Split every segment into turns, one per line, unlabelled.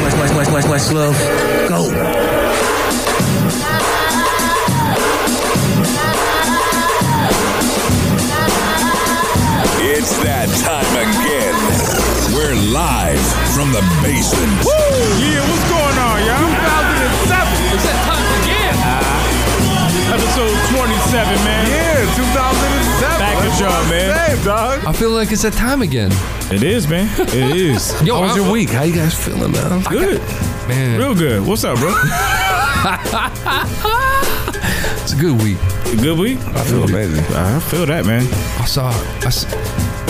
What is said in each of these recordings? Quest, Quest Love. Go.
It's that time again. We're live from the basement.
Yeah, what's going on, y'all? 2007. It's that time again. Episode 27, man.
Yeah, 2007.
Back at y'all, man.
Hey, dog.
I feel like it's that time again.
It is, man. It is.
Yo, how was
I'm-
your week? How you guys feeling, man?
Good.
Man,
Real good. What's up, bro?
it's a good week.
You Good week?
I feel amazing.
I feel that, man.
I saw. I s- it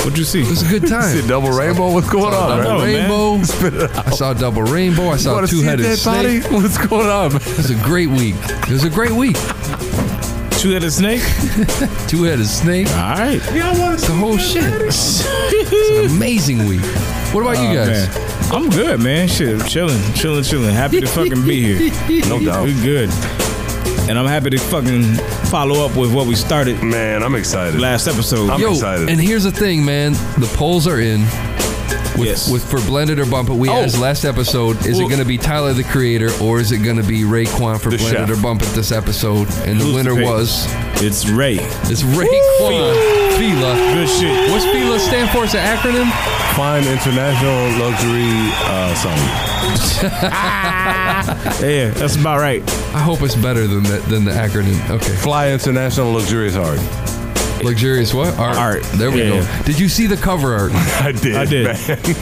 What'd you see?
was a good time.
See, double rainbow. What's going
Double
on, man?
know, man.
rainbow. I saw double rainbow. I saw
Want to
two
see a
headed
dead body?
snake.
What's going on, man?
It was a great week. It was a great week.
Two headed snake?
Two headed snake.
All right.
Y'all want
The whole shit. It's an amazing week. What about you guys?
Oh, Man. I'm good, man. Shit, chilling, chilling, chilling. Happy to fucking be here.
No doubt.
We good. And I'm happy to fucking follow up with what we started
Man, I'm excited.
last episode.
I'm
Yo,
excited.
and here's the thing, man. The polls are in. With,
Yes.
with for blended or bump it, we
Oh.
asked last episode: Is
Well-
it going to be Tyler the Creator or is it going to be Raekwon for
The
blended
chef.
or bump it this episode? And the
Who's
winner
the pick?
was
It's Ray.
it's Raekwon Fila.
Good shit.
What's Fila stand for? It's an acronym.
Fine international luxury uh, song.
Yeah, that's about right.
I hope it's better than the, than the acronym. Okay,
Fly international luxurious art.
luxurious what art?
Art.
There we
Yeah.
go. Did you see the cover art?
I did.
I did.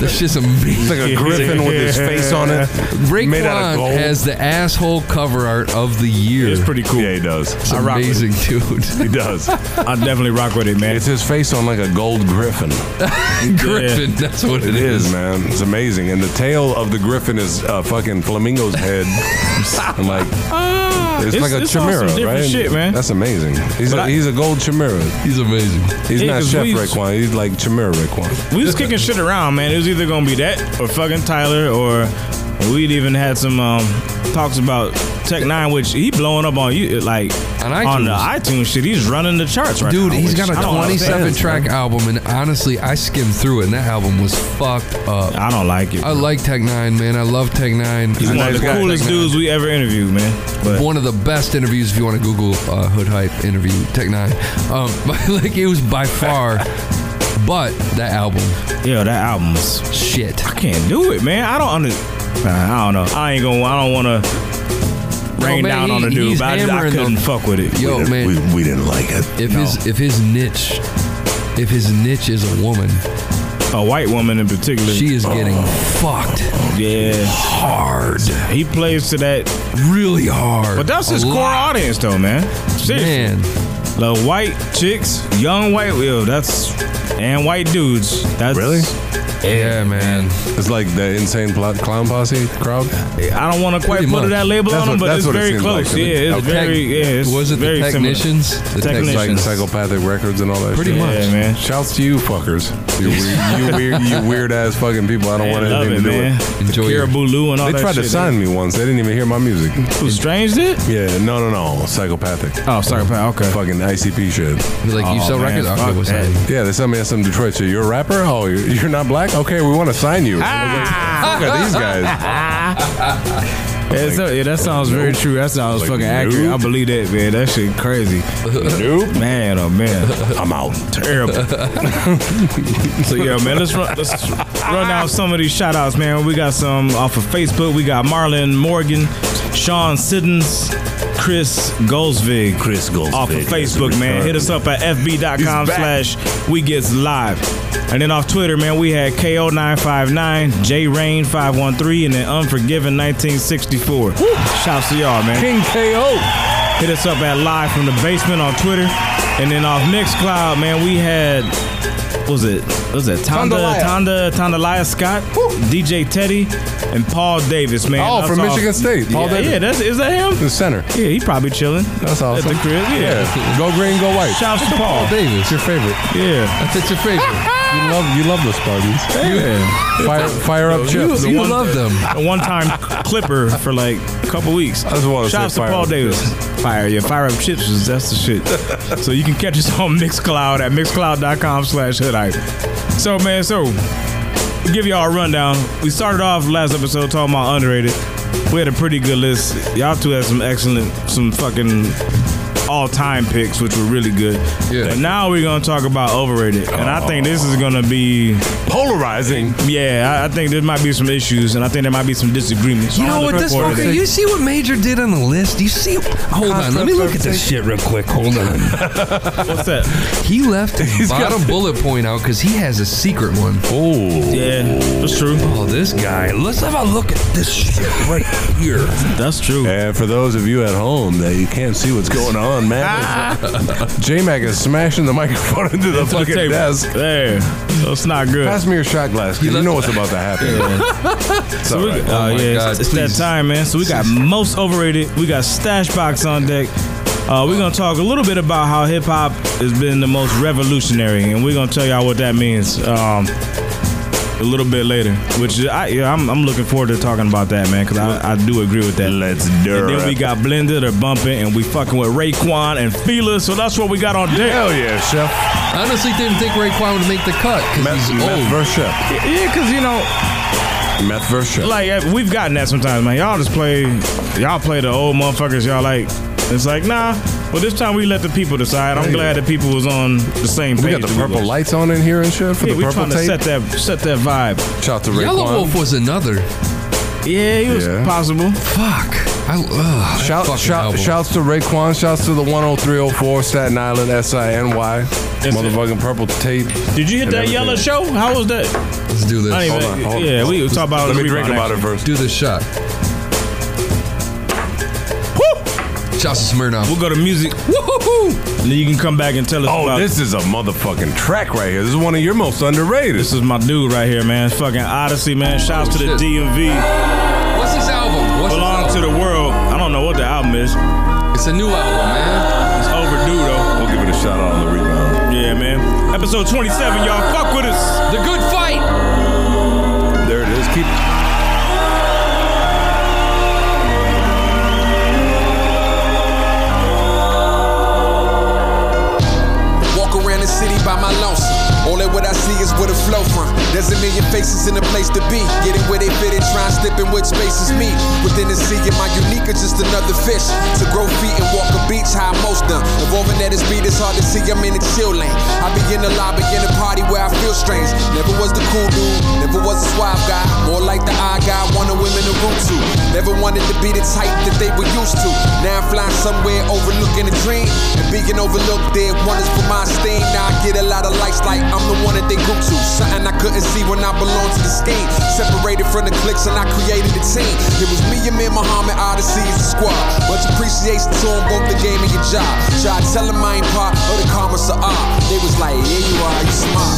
That's just amazing.
Like a griffin with his face on it. Made out of
Raekwon
gold.
has the asshole cover art of the year.
It's pretty cool.
Yeah, he does.
It's
I rock with
amazing, dude.
He does.
I definitely rock with it, man.
it's his face on like a gold griffin.
Griffin, that's what
It is, man. It's amazing. And the tail of the griffin is uh, fucking flamingo's head. and like it's,
It's-
like a
it's on some
chimera,
different
right?
shit, man.
That's amazing. He's
But
a,
I-
he's a gold chimera.
He's amazing.
He's
Yeah,
not
'cause
Chef
we-
Raekwon. He's like chimera Raekwon.
We was kicking shit around, man. It was either gonna be that or fucking Tyler or we'd even had some um, talks about Tech Nine, which he blowing up on you like
On
on the iTunes shit. He's running the charts right
Dude,
now.
he's
which
got
I
a
don't understand.
27 track album, and honestly, I skimmed through it, and that album was fucked up.
I don't like it.
I like Tech Nine, man. I love Tech Nine.
he's one
nice
of the
guy,
coolest
Tech Nine.
dudes we ever interviewed, man. But
One of the best interviews, if you want to Google uh, Hood Hype interview, Tech Nine. Um, but like it was by far, but that album,
yeah, that album was
shit.
I can't do it, man. I don't under. Nah, I don't know. I ain't gonna. I don't want to rain
Oh, man,
down
he-
on the dude.
he's
But I, I
hammering
couldn't
them.
fuck with it.
Yo, man,
we didn't like it.
if
no.
his if his niche, if his niche is a woman,
A white woman in particular.
she is getting
Oh,
fucked
yeah,
hard,
he plays to that
really hard.
But that's
A
his core
lot.
audience, though, man. Seriously.
Man,
The white chicks, young white, yo, that's and white dudes. That's
Really?
yeah, man.
It's like the insane pl- clown posse crowd.
I don't want to quite
Pretty
put
much.
that label
That's
on them,
what-
but
that's
it's
what it
very
seems like
close.
to me.
yeah,
Oh,
it's very,
tech-
yeah, it's
was it
very
the technicians? The tech-
Technicians.
Like psychopathic records and all that.
Pretty
shit.
similar.
much.
Yeah, man.
Shouts to you fuckers. You weird, you weird, you weird ass fucking people. I don't
I
want
love
anything
it,
to do
man.
with.
Enjoy
the
your-
Caribou Lou and all
They
that
tried to
shit.
sign me once. They didn't even hear my music.
Who strange did?
Yeah, no, no, no. Psychopathic.
Oh, sorry, pal. Okay.
Fucking ICP shit.
Be like you
Oh,
sell
man,
records.
fuck
Okay, what's
that.
happening?
Yeah, they sent me some Detroit shit. You're a rapper? Oh, you're, you're not black? Okay, we want to sign you.
Ah!
Look at these guys.
Yeah, so- yeah, that sounds very true. That sounds
Like,
fucking accurate. I
nope.
believe that, man. That shit crazy.
nope.
Man, oh man.
I'm out.
terrible. so yeah, man, let's run, let's run out some of these shout outs, man. We got some off of Facebook. We got Marlon Morgan, Sean Siddons, Chris Goldsvig.
Chris Goldsvig.
Off of Facebook, man. Hit us up at fb.com
He's back.
slash we gets live. And then off Twitter, man, we had KO959, JRain513, and then Unforgiven1964. Shouts to y'all, man.
King KO.
Hit us up at Live from the Basement on Twitter. And then off Mixcloud, man, we had, what was it? What was it? Tonda, Tonda, Tondalia Scott, DJ Teddy, and Paul Davis, man.
Oh,
That's
from
all-
Michigan State. Paul
yeah,
Davis.
Yeah, that's, is that him?
The center.
Yeah, he probably chilling.
That's awesome.
At the crib, yeah.
Yeah. Go green, go white.
Shouts to Paul.
It's
Davis,
your favorite.
Yeah.
that's it, your favorite.
You love you love those parties.
yeah.
Fire fire up chips.
You,
The
you
one-
love them.
A one time Clipper for like a couple weeks.
I just wanna say
Shouts to
fire
Paul
up
Davis. Fire, yeah, fire up chips, is- that's the shit. so you can catch us on Mixcloud at mixcloud.com slash hoodhype. So, man, so give y'all a rundown. We started off last episode talking about underrated. We had a pretty good list. Y'all two had some excellent, some fucking all time picks, which were really good.
Yeah.
But now we're gonna talk about overrated, and I think this is gonna be,
Polarizing.
yeah, I, I think there might be some issues, and I think there might be some disagreements.
You
So I'm
know
gonna
what this
report
fucker?
it.
You see what Major did on the list? You see? Hold on, let me look at this shit real quick. Hold on.
What's that?
He left his
got
bottom
the-
bullet point out because he has a secret one.
Oh.
Yeah, that's true.
Oh, this guy. Let's have a look at this shit right here.
That's true.
And for those of you at home that you can't see what's going on, man, J Mac is smashing the microphone into the fucking
Ah. Table.
desk.
There, that's not good.
Pass me your shot glass. 'cause You know what's about to happen. It's all
So we,
right.
oh,
Oh my
yeah,
God,
it's, it's
please.
that time, man. So we got most overrated. We got stash box on deck. Uh, we're gonna talk a little bit about how hip hop has been the most revolutionary, and we're gonna tell y'all what that means um, a little bit later. Which I, yeah, I'm, I'm looking forward to talking about that, man, because I, I do agree with that.
Let's do
And then we
it.
got blended or bumping, and we fucking with Raekwon and Fila. So that's what we got on deck.
Hell yeah, chef.
I honestly didn't think Raekwon would make the cut because
Meth,
he's
meth
old.
versus chef.
Yeah, because you know,
Meth versus chef.
like eh, we've gotten that sometimes, man. Y'all just play, y'all play the old motherfuckers. Y'all like, it's like nah. Well, this time we let the people decide. I'm glad that people was on the same page.
we got the
that
purple
was.
lights on in here and shit for
Yeah,
the
we
purple
trying to set
tape.
that set that vibe.
Shout to
Yellow Wolf
Raekwon.
was another.
Yeah, it was
Yeah.
possible.
Fuck. I, ugh, that
Shout,
fucking
shout,
album.
shouts to Raekwon. Shouts to the 10304 Staten Island SINY.
That's
Motherfucking purple tape.
Did you hit
And
that yellow
everything.
show? How was that?
Let's do this.
I didn't even-
on, hold on.
yeah, we was talking about.
Let
the
me drink
rebound
about it first.
do this shot. Shouts to Smirnoff.
We'll go to music,
Woohoo!
and then you can come back and tell us.
Oh,
about
this is a motherfucking track right here. This is one of your most underrated.
This is my dude right here, man. Fucking Odyssey, man. Shouts to the
Oh, shit.
DMV.
What's this album? What's
Belong
this
to
album?
the world. I don't know what the album is.
It's a new album, man.
It's overdue though.
We'll give it a shout out on the rebound.
Yeah, man. Episode 27, y'all. Fuck with us.
The Good Fight.
There it is. Keep.
Walk around the city by my lonesome. Only what I see is where the flow from. There's a million faces in a place to be. Getting where they fit and trying slip in which spaces meet. Within the sea, and my unique is just another fish. To grow feet and walk a beach, how most done. Evolving at this beat, it's hard to see. I'm in the chill lane. I begin to lie, begin to party where I feel strange. Never was the cool dude, never was a suave guy. More like the eye guy, one of women to root to. Never wanted to be the type that they were used to. Now I'm flying somewhere, overlooking a dream. And being overlooked, they want us for my steam. Now I get a lot of likes, like I'm the one that they go to. Something I couldn't see when I belonged to the scheme. Separated from the cliques, and I created a team. It was me and me and Muhammad Odyssey is the squad. Much appreciation to 'em, both the game and your job. Try to tell 'em I ain't part of the karma, so ah. They was like, yeah, you are, you smart.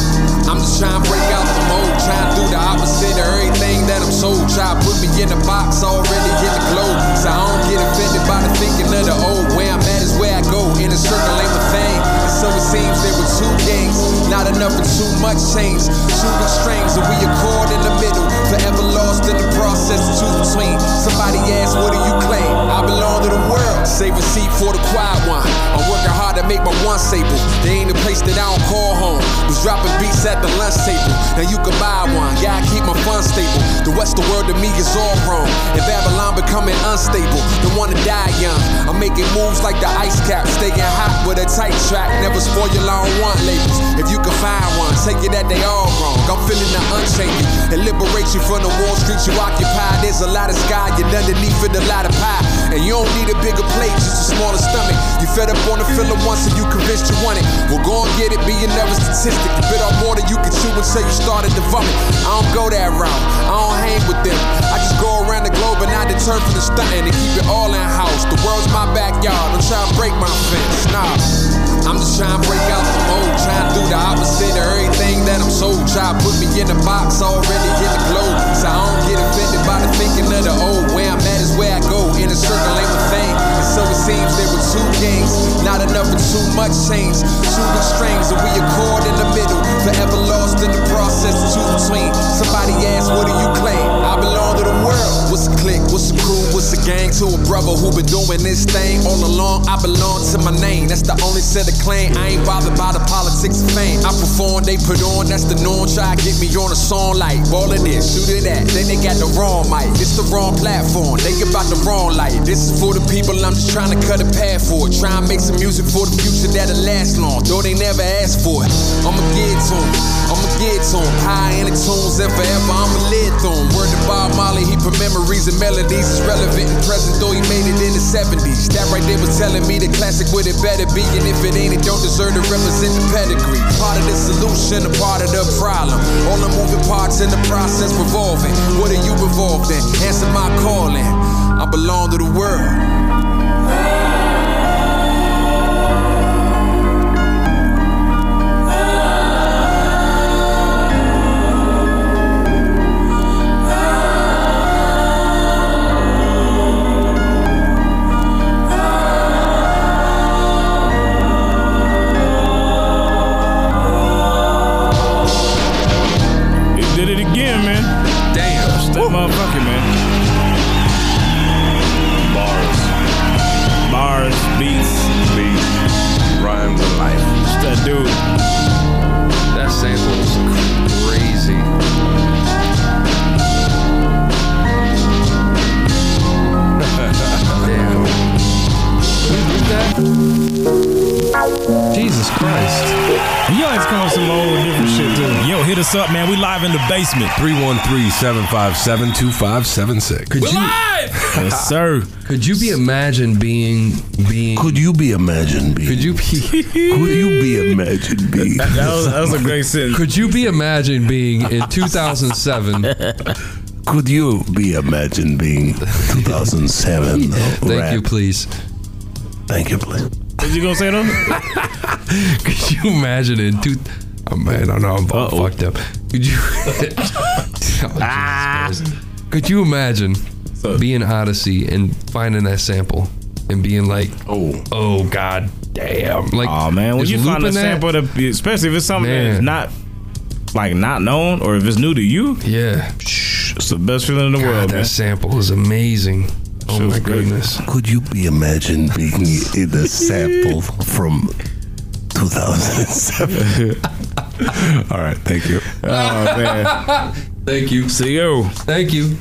I'm just trying to break out the mold, trying to do the opposite of everything that I'm sold. Try to put me in a box, already in the globe. So I don't get offended by the thinking of the old. Where I'm at is where I go, in a circle ain't the thing. And so it seems there were two gangs, not enough and too much change. Shooting strings, and we accord in the middle. Forever lost in the process, two between. Somebody asked, what do you claim? I belong to the world. Save a seat for the quiet one. I'm working hard to make my one staple. They ain't a place that I don't call home. Was dropping beats at the lunch table. Now you can buy one. Yeah, I keep my fun stable. The Western world to me is all wrong. And Babylon becoming unstable. Don't wanna die young. I'm making moves like the ice cap. Staying hot with a tight track. Never spoil your long one labels. If you can find one, take it that they all wrong. I'm feeling the unchanging. It liberates you from the Wall Street you occupy. There's a lot of sky, and underneath it a lot of pie. And you don't need a bigger plate, just a smaller stomach. You fed up on the filler once and you convinced you want it. Well, go and get it, be another statistic. You bit off more than you can chew until you started to vomit. I don't go that route, I don't hang with them. I just go around the globe and I deter from the stunting and keep it all in house. The world's my backyard, don't try to break my fence, nah. I'm just trying to break out the mold, trying to do the opposite of everything that I'm sold. Try to put me in the box, already in the globe. So I don't get offended by the thinking of the old. Where I'm at is where I go, in a circle ain't a thing. And so it seems there were two gangs, not enough and too much change. Shooting strings, and we accord in the middle. Forever lost in the process, two between. Somebody asked, What do you claim? I belong to the world. What's a clique? What's a crew? What's a gang to a bro? brother who been doing this thing all along. I belong to my name. That's the only set of claim. I ain't bothered by the politics of fame. I perform, they put on. That's the norm. Try to get me on a song like ball of this, shoot it at. Then they got the wrong mic. This the wrong platform. They about the wrong light. This is for the people. I'm just trying to cut a path for it. Try and make some music for the future that'll last long. Though they never asked for it. I'ma get to 'em. I'ma get to 'em. High in the tunes and forever. I'ma live through 'em. Word to Bob Marley, he put memories and melodies. It's relevant and present, though he made it in the 70s. That right there was telling me the classic what it better be. And if it ain't, it don't deserve to represent the pedigree. Part of the solution, a part of the problem. All the moving parts in the process revolving. What are you involved in? Answer my calling. I belong to the world.
It did it again, man.
Damn.
That motherfucker, man.
Bars,
Bars, beats,
beats, rhymes, and life.
just that dude.
That sample is crazy. Damn. Who did that? Jesus Christ.
You always come up with some old different shit too. Yo, hit us up, man. We live in the basement.
313-757-2576.
Could you
Yes, sir.
could you be imagine being being
Could you be imagined being?
could you be
Could you be imagined being?
That was, that was a great sentence.
could you be imagine being in 2007 Thank
Could you be imagined being 2007? rap?
you please
Thank you, please.
Did you gonna say that?
could you imagine in two oh man I know I'm all fucked up could you Oh, Jesus Christ. could you imagine being Odyssey and finding that sample and being like
Oh.
oh god damn like
Oh man, when
just
you find a
looping that-
sample, that, especially if it's something that's
Man.
not like not known or if it's new to you,
yeah
it's the best feeling in the
God,
world,
that
man.
sample is amazing oh
Shit was
my
great.
goodness
Could you be imagined being in a sample from 2007?
All right, thank you.
Oh man,
thank you
so yo,
thank you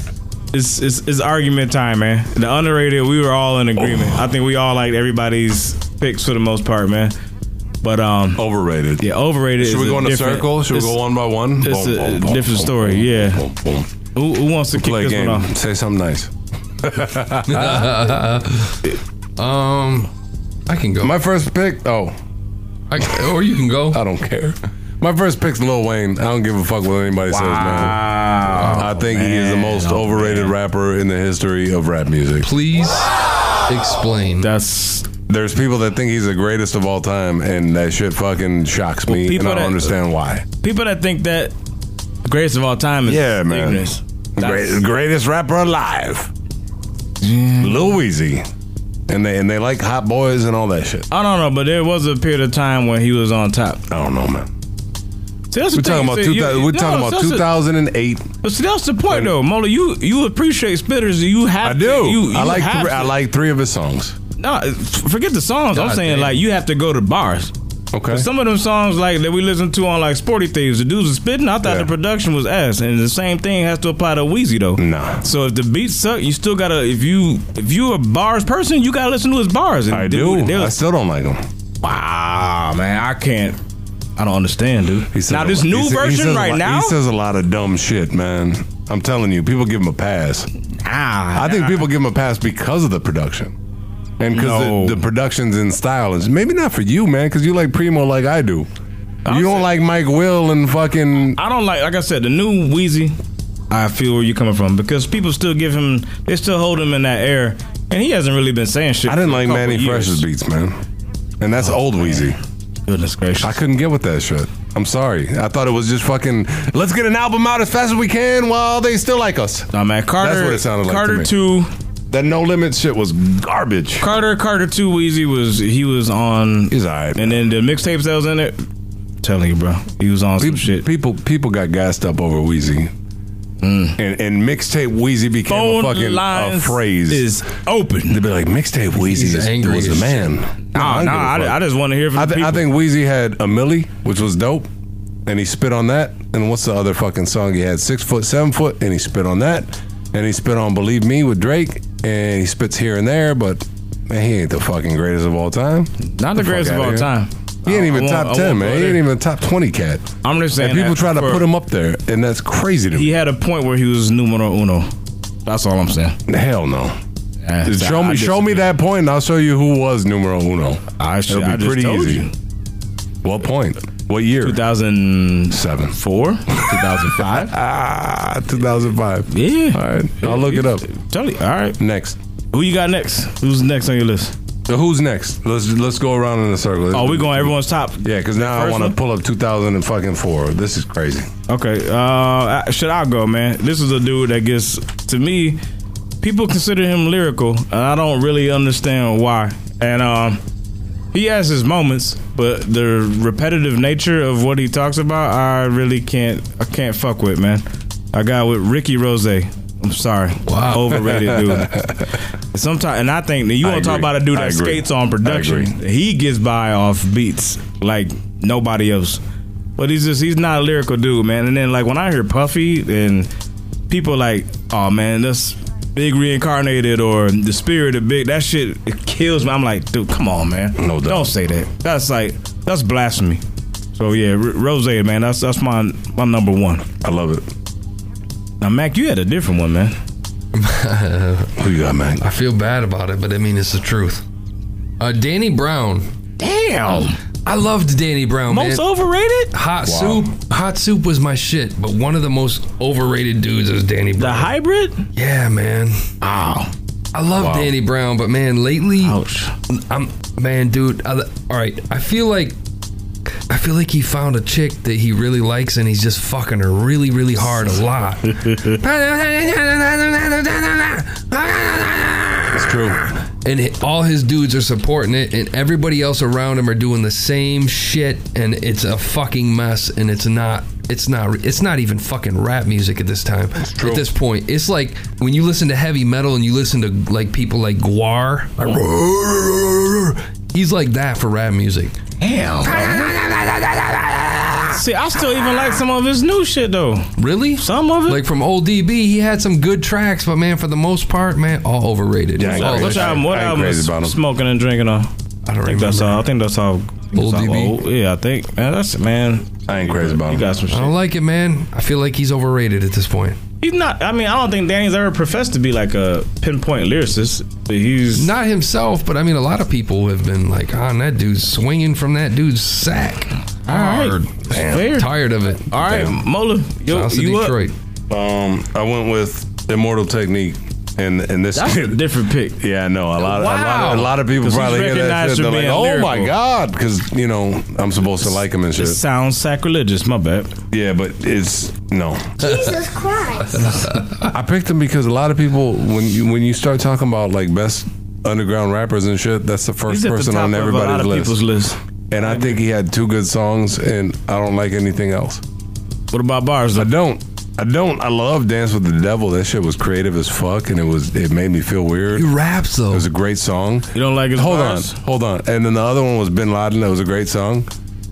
it's, it's it's argument time, man. The underrated, we were all in agreement.
Oh.
I think we all liked everybody's picks for the most part, man. But um,
Overrated.
yeah, overrated.
Should
is
we go in a
different-
circle? Should we
it's-
go one by one?
it's a different story, yeah.
boom, boom.
Who, who wants to kick
Play a
this
game.
one off?
Say something nice.
um I can go
My first pick. Oh,
I, or you can go
I don't care. My first pick's Lil Wayne. I don't give a fuck what anybody says, man.
Wow. Oh,
I think he is the most overrated rapper in the history of rap music.
please explain
That's
There's people that think he's the greatest of all time, and that shit fucking shocks me,
Well,
and
people
I don't
that-
understand why.
people that think that greatest of all time is
Yeah, man.
ignorance. That's-
Great, greatest rapper alive, Lil Weezy, and they and they like hot boys and all that shit.
I don't know, but there was a period of time when he was on top.
I don't know, man.
See, that's
We're
the thing,
talking about
see,
two
you-
thousand.
you-
We're
no,
talking about
that's the-
two thousand and eight.
But see, that's the point, though, Mola. You you appreciate spitters. You have
I
to-
do.
you,
I
you
like
have
three,
to-
I like three of his songs.
No, uh, f- forget the songs. I'm
God
saying
damn.
like you have to go to bars.
Okay.
Some of them songs like that we listen to on like Sporty Thieves, the dudes are spitting. I thought
Yeah.
the production was ass, and the same thing has to apply to Wheezy though.
Nah.
So if the beats suck, you still gotta if you if you a bars person, you gotta listen to his bars. And
I
dude,
do.
they
I
was-
still don't like him.
wow, man, I can't. I don't understand,
He
dude.
says
Now
a
this
lot-
new
he sa- he
version
says a
right
lot-
now,
He says a lot of dumb shit, man. I'm telling you, people give him a pass.
ah,
I think people give him a pass because of the production. And because
No.
the, the production's in style. It's maybe not for you, man, because you like Primo like I do. you don't like Mike Will and fucking.
I don't like, like I said, the new Wheezy. I feel where you're coming from because people still give him, they still hold him in that air, and he hasn't really been saying shit.
I didn't
for a
like
couple
Manny
years.
Fresh's beats, man. And that's old Wheezy.
Oh, Goodness gracious!
I couldn't get with that shit. I'm sorry. I thought it was just fucking. Let's get an album out as fast as we can while they still like us.
Nah, man, Carter.
what it sounded like to
Carter
me.
two,
That No Limit shit was garbage.
Carter, Carter two. Wheezy was he was on,
He's all right.
and then the mixtapes that was in it. Telling you, bro, he was on some
People,
shit.
people people got gassed up over Wheezy.
Mm.
And, and mixtape Wheezy became
Phone
a fucking a
lines
phrase.
is open.
They'd be like, mixtape Wheezy is,
angry
was the
as
man. don't
Oh, no,
give a
I,
fuck.
I just want to hear from
I,
the
th-
people.
I think Wheezy had a Millie, which was dope, and he spit on that. And what's the other fucking song he had? Six foot, seven foot, and he spit on that. And he spit on Believe Me with Drake, and he spits here and there, but man, he ain't the fucking greatest of all time.
Not the greatest of
outta
all
here.
time.
He ain't even
I won't- I
top
won't
ten, man.
go
He
there.
ain't even top twenty cat.
I'm just saying.
And people
that
try to
for-
put him up there, and that's crazy to
He
me.
had a point where he was numero uno. That's all I'm saying.
Hell no.
Eh,
Just
so
show
I
me, show me
disagree.
that point, and I'll show you who was numero uno.
I, should,
It'll
I
be
just
pretty
told
easy.
you.
What point? What year?
2004,
Seven.
2005.
Ah, 2005.
Yeah.
All right, I'll look it up.
Tell you. All right.
Next.
Who you got next? Who's next on your list?
So who's next? Let's let's go around in a circle.
Oh, we going everyone's top.
Yeah, because now I
First
want to
one?
pull up 2004. This is crazy.
Okay. Uh, I- should I go, man? This is a dude that gets to me. People consider him lyrical, and I don't really understand why. And um, he has his moments, but the repetitive nature of what he talks about, I really can't. I can't fuck with, man. I got with Ricky Rose. I'm sorry.
Wow.
Overrated dude. Sometimes, and I think that you
I
want to talk
agree.
about a dude
I
that
agree.
skates on production.
I
He gets by off beats like nobody else. But he's just he's not a lyrical dude, man. And then like when I hear Puffy and people like, oh man, that's Big reincarnated or the spirit of Big, that shit it kills me. I'm like, dude, come on, man.
No doubt.
Don't say that. That's like that's blasphemy. So yeah, R- Rose, man, that's that's my my number one.
I love it.
Now Mac, you had a different one, man.
Who you got, man?
I feel bad about it, but I mean it's the truth. Uh, Danny Brown.
Damn,
I loved Danny Brown.
most
man.
overrated.
Hot soup. Hot soup was my shit, but one of the most overrated dudes is Danny
The
Brown.
hybrid.
yeah, man.
Oh,
I love Danny Brown, but man, lately,
ouch.
I'm man, dude. I, all right, I feel like I feel like he found a chick that he really likes, and he's just fucking her really, really hard a lot.
It's true.
and it- all his dudes are supporting it, and everybody else around him are doing the same shit, and it's a fucking mess, and it's not. It's not. It's not even fucking rap music at this time. At this point, it's like when you listen to heavy metal and you listen to like people like Guar. like, He's like that for rap music.
See, I still even like some of his new shit though.
Really?
Some of it.
Like from old DB, he had some good tracks, but man, for the most part, man, all overrated.
Yeah, I
All
agree.
Which
overrated.
Oh, album? What
I ain't
album
crazy
is
about 'em.
smoking and drinking on?
I don't
I think that's
remember.
all. I think that's all. I think
Old
that's all
DB?
old. Yeah, I think. Man, that's man.
I ain't crazy about
You
him.
got some
I
shit.
don't like it, man. I feel like he's overrated at this point.
He's not. I mean, I don't think Danny's ever professed to be like a pinpoint lyricist. But he's
Not himself, but I mean, a lot of people have been like, "On that dude's swinging from that dude's sack."
all right.
Hard.
Fair.
Tired of it.
All right,
Damn.
Mola. Yo,
Shouts to
you up?
Detroit.
Um, I went with Immortal Technique, and and this
That's a
kid.
different pick.
Yeah, I know. A lot, a lot, of,
Wow.
a lot of people
'Cause he's
probably hear that
recognized
shit. They're
for
like,
being
"Oh
lyrical."
my god," because you know I'm supposed to like him and
It
shit.
sounds sacrilegious. My bad.
Yeah, but it's no.
Jesus Christ.
I picked him because a lot of people when you when you start talking about like best underground rappers and shit, that's the first
He's at the
person
top
on
of a lot
everybody's
of
list.
people's list.
and I think he had two good songs, and I don't like anything else.
What about bars?
I
Though?
don't. I don't. I love Dance with the Devil. That shit was creative as fuck, and it was it made me feel weird.
He
It
raps though.
was a great song.
You don't like his
Hold
bars?
on, hold on. And then the other one was Bin Laden. That was a great song.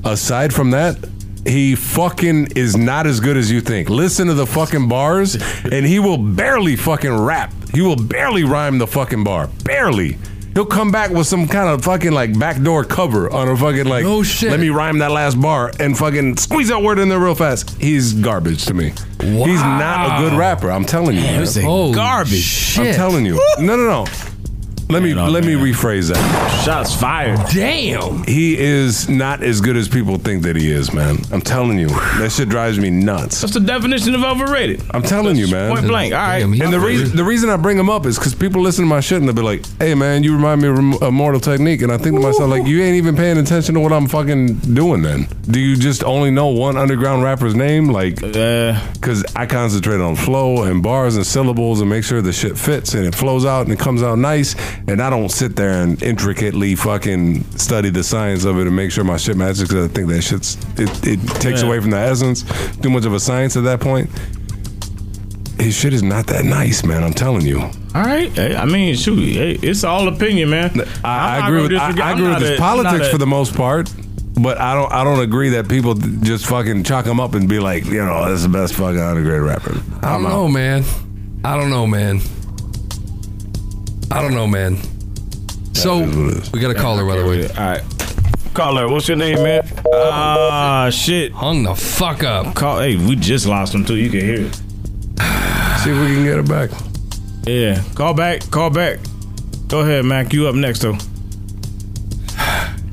Aside from that, he fucking is not as good as you think. Listen to the fucking bars, and he will barely fucking rap. He will barely rhyme the fucking bar. Barely. He'll come back with some kind of fucking like backdoor cover on a fucking like.
No shit.
Let me rhyme that last bar and fucking squeeze that word in there real fast. He's garbage to me. He's not a good rapper. I'm telling you. man.
This ain't
Holy
garbage.
Shit.
I'm telling you. No, no, no. Let me
Man, oh,
let
man.
me rephrase that
Shots fired.
Damn.
he is not as good as people think that he is, man. I'm telling you, that shit drives me nuts.
That's the definition of overrated.
I'm telling you,
Point
man.
blank. All right.
Damn, he-
And the reason the reason I bring him up is because people listen to my shit and they'll be like, "Hey, man, you remind me of Rem- Immortal Technique," and I think to myself, like, you ain't even paying attention to what I'm fucking doing. Then do you just only know one underground rapper's name? Like,
Uh,
because I concentrate on flow and bars and syllables and make sure the shit fits and it flows out and it comes out nice. And I don't sit there and intricately fucking study the science of it and make sure my shit matches because I think that shit's it, it takes
Yeah.
away from the essence. Too much of a science at that point. his shit is not that nice, man. I'm telling you.
All right. Hey, I mean, shoot, hey, it's all opinion, man.
I,
I'm
I agree
not gonna
with I,
disregard-
I
I'm
agree with
not
his
a- I'm not
politics
a-
for the most part, but I don't I don't agree that people th- just fucking chalk him up and be like, you know, that's the best fucking underground rapper.
I don't
I'm out.
know, man. I don't know, man. I don't know, man. So
is what it is.
we got a caller, by the way.
All right. Caller, what's your name, man? Ah, shit.
Hung the fuck up.
Call. Hey, we just lost him too. You can hear it.
See if we can get it back.
Yeah. Call back. Call back. Go ahead, Mac. You up next though.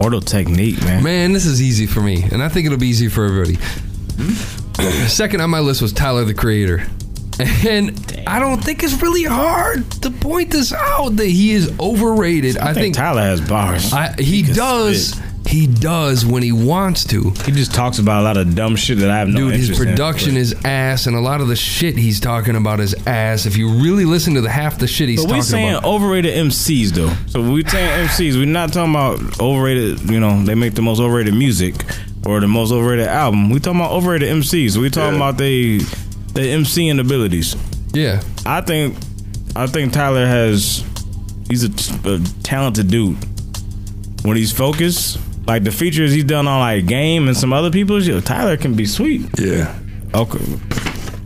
Mortal technique, man.
Man, this is easy for me, and I think it'll be easy for everybody.
Hmm?
Second on my list was Tyler the Creator. And I don't think it's really hard to point this out that he is overrated. I
I think
think
Tyler has bars.
I, he
can
does. He does when he wants to.
he just talks about a lot of dumb shit that I have no
Dude, his
interest in.
production is ass, and a lot of the shit he's talking about is ass. If you really listen to the half the shit he's
But
talking
we saying
about,
overrated MCs though. So we saying MCs. We're not talking about overrated. You know, they make the most overrated music or the most overrated album. We talking about overrated MCs. We talking about they they MCing abilities.
yeah,
I think I think Tyler has he's a, a talented dude. When he's focused, like the features he's done on like Game and some other people's, yo, Tyler can be sweet.
Yeah.
Okay,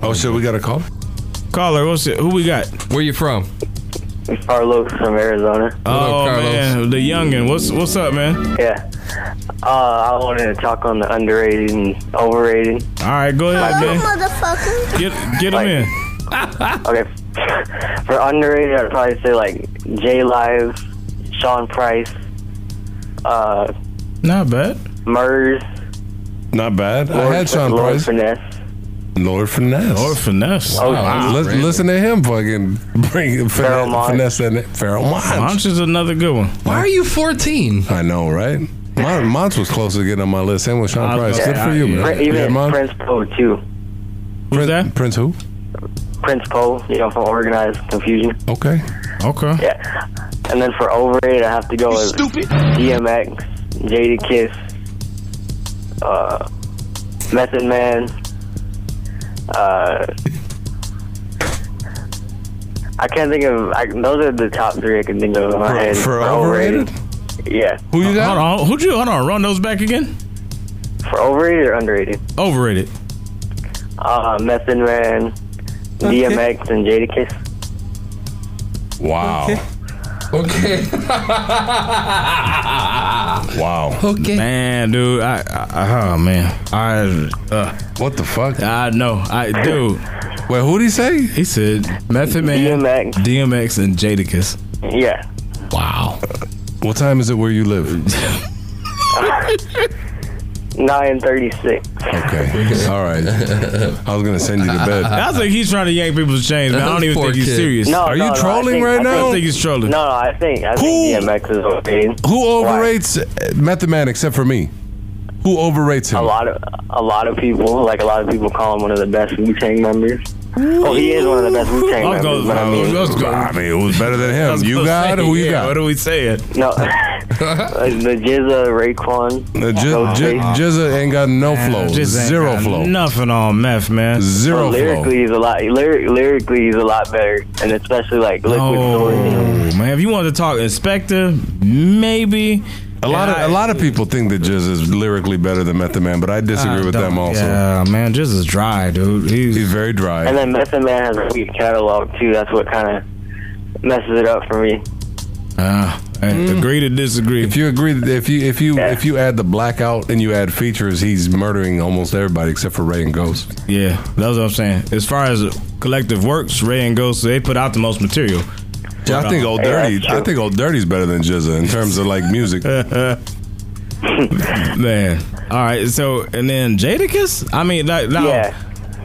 Oh shit, we got a call.
caller, what's it? Who we got?
where you from?
It's Carlos from Arizona.
oh
Carlos?
man, the youngin. What's what's up, man?
Yeah. Uh, I wanted to talk on the underrated and overrated.
All right, go ahead,
Hello,
man.
motherfucker.
Get get him in.
Okay. For underrated, I'd probably say like J Live, Sean Price, uh,
Not bad.
Murs,
Not bad. I had Sean
Lord
Price.
Finesse.
Lord Finesse.
Or finesse.
Oh,
Wow.
Let's
Really?
listen to him fucking bring
Pharrell
finesse,
Monch.
finesse that name. Pharrell Monch.
Monch is another good one.
Why are you 14?
I know, right? Mon- Monch was close to getting on my list. Same with Sean
I was
Price.
gonna
Good
say,
for you,
I-
man.
Prin-
You
even
had Monch?
Prince Poe too.
Who's that?
Prince who?
Prince Poe, you know, from Organized Confusion.
Okay.
Okay.
Yeah. And then for overrated, I have to go with DMX, Jada Kiss, uh, Method Man. Uh, I can't think of. I, those are the top three I can think of in my
For,
head.
for overrated?
Yeah.
Who you got?
Hold on. Who'd you? Hold on. Run those back again.
For overrated or underrated?
Overrated.
Uh, Method Man, DMX, and Jada Kiss.
Wow.
Okay.
Wow.
Okay.
Man, dude. I, I oh man. I uh,
What the fuck?
I know. I dude.
Wait, who'd he say?
He said Method Man,
DMX.
DMX, and Jadakiss.
Yeah.
Wow.
What time is it where you live?
Nine thirty-six.
Okay. All right. I was going to send you to bed.
I think he's trying to yank people's chains, man. I don't even
Poor
think he's
kid.
serious.
No.
Are
no,
you
no, I
trolling
think-
right
I
I
now?
don't think he's trolling.
No, no, I think I
Who-
think DMX is overrated.
Who
Why?
overrates uh, Method Man except for me? Who overrates
A
him?
lot of a lot of people, like a lot of people, call him one of the best Wu Tang members. Oh, he is one of the best Wu Tang
I'll
members.
go.
but I mean,
let's go.
I mean, who's better than
I was
him? You
gonna
got?
say,
Who you
yeah,
got?
What are we saying?
no, Like the Jizza, Raekwon.
Uh, Jiz- Jiz-
Ghostface.
Jizza ain't got no flow.
Just ain't
Zero
got
flow.
Nothing on meth, man.
Zero
Oh, Lyrically,
flow.
he's a lot. Lyric, lyrically, he's a lot better, and especially like Liquid Swords.
Oh man, if you want to talk Inspector, maybe
A lot
And I-
of a lot of people think that Jizz is lyrically better than Method Man, but I disagree
I
with
Ah, don't-
them also.
Yeah, man, just as dry, dude. He's,
He's very dry.
And then Method Man has a weak catalog too. That's what kind of messes it up for me.
Ah, hey, agree to disagree.
Mm. If you agree, that if you if you
Yeah.
if you add the blackout and you add features, he's murdering almost everybody except for Ray and Ghost.
Yeah, that's what I'm saying. As far as collective works, Ray and Ghost, they put out the most material.
Yeah, I think Old
Yeah,
Dirty.
that's true.
I think Old Dirty's better than Jizza in terms of like music.
Man, all right. So and then Jadakiss. I mean, like, now
Yeah.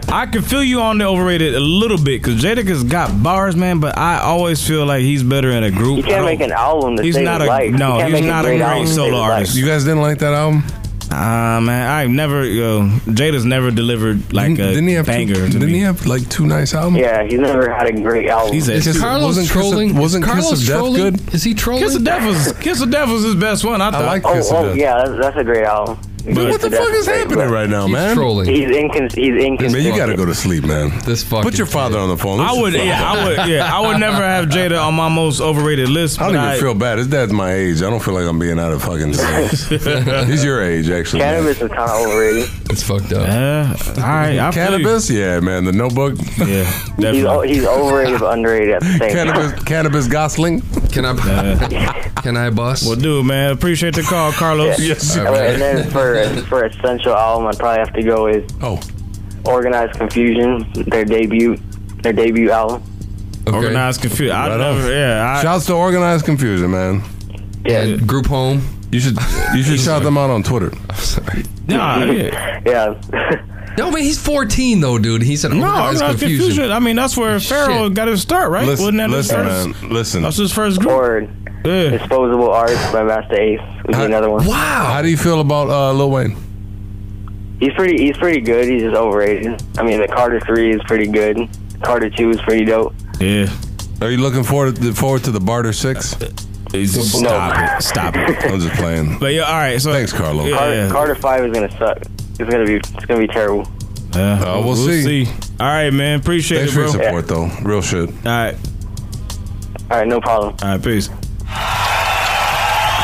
I can feel you on the overrated a little bit because Jadakiss got bars, man. But I always feel like he's better in a group.
You
I
can't
don't-
make an album to
He's
save
not
his
a-
life.
no,
you can't
he's
make a
not a
great
great
album to save
solo
his life.
artist.
you guys didn't like that album?
Ah, man, I never. Yo, Jada's never delivered like a
didn't he have
banger.
Two,
to
didn't
me.
he have like two nice albums?
Yeah, he's never had a great album.
He's a
Is
Kiss-
Carlos
wasn't Kiss of-
trolling?
wasn't
Is
Kiss
Carlos
of Death
trolling?
good?
Is he trolling?
Kiss the Devil's Kiss the Devil's his best one. I thought.
I like
oh,
Kiss of
oh
Death.
yeah, that's, that's a great album.
Dude, what the fuck is happening right now, man?
trolling.
He's incons- he's
Man,
inconsistent.
you gotta go to sleep, man.
This fucking
Put your father on the phone. This
I
is
would,
fucking-
yeah, I would, yeah, I would never have Jada on my most overrated list.
I don't
but
even feel bad. His dad's my age. I don't feel like I'm being out of fucking space. He's your age, actually. man.
Cannabis is kind of overrated.
It's fucked up.
Yeah, all right, I feel you.
Cannabis? Yeah, man. The notebook.
Yeah,
He's, o-
definitely.
he's overrated but underrated at the same time.
cannabis cannabis gosling.
Can I? can I bust?
Well, dude, man, appreciate the call, Carlos.
Yes.
All
And
right.
then for for essential album, I'd probably have to go with
Oh.
Organized Confusion, their debut, their debut album.
Okay.
Organized confusion. I
Right
never,
on.
yeah, I,
Shouts to organized confusion, man.
Yeah,
And group home.
You should you should shout them out on Twitter.
I'm sorry.
nah, yeah.
yeah.
No, man, he's 14 though, dude. "Oh He's an
no,
organized
organized
confusion.
confusion. I mean, that's where Pharaoh got his start, right?
Listen,
Wasn't that his
listen,
first?
man. Listen.
That's his first group.
or
Yeah.
Disposable Arts by Master Ace would be
Huh?
another one.
Wow.
How do you feel about uh, Lil Wayne?
He's pretty. He's pretty good. He's just overrated. I mean, the Carter Three is pretty good. Carter Two is pretty dope.
Yeah. Uh,
Are you looking forward to, forward to the barter six?
Stop it. Stop it.
I'm just playing.
But yeah, all right. So
Thanks, Carlo.
Yeah.
Carter, Carter Five is gonna suck. It's gonna be. It's gonna be terrible.
Yeah,
Uh, we'll see.
All right, man. Appreciate
Thanks
it,
for
bro.
your support, though. Real shit.
All right.
All right, no problem.
All right. Peace.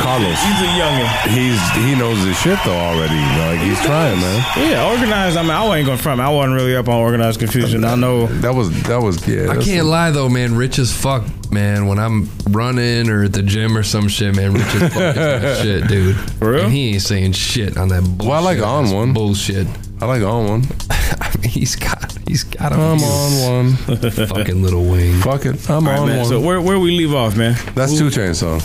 Carlos,
He's a youngin.
he's he knows his shit though already. Like he's trying, man.
Yeah, organized. I mean, I wasn't going to front. I wasn't really up on organized confusion. I know.
That was that was yeah.
I
that's-
can't lie though, man. Rich as fuck, man. When I'm running or at the gym or some shit, man, rich as fuck is my shit, dude.
For real?
And he ain't saying shit on that bullshit.
Well, I like on
That's
one.
bullshit.
I like on one.
I mean, he's got, he's got a
I'm
few.
on one.
fucking little wing.
Fuck it. I'm
All right,
on
man.
one.
So where where we leave off, man?
That's two chain song.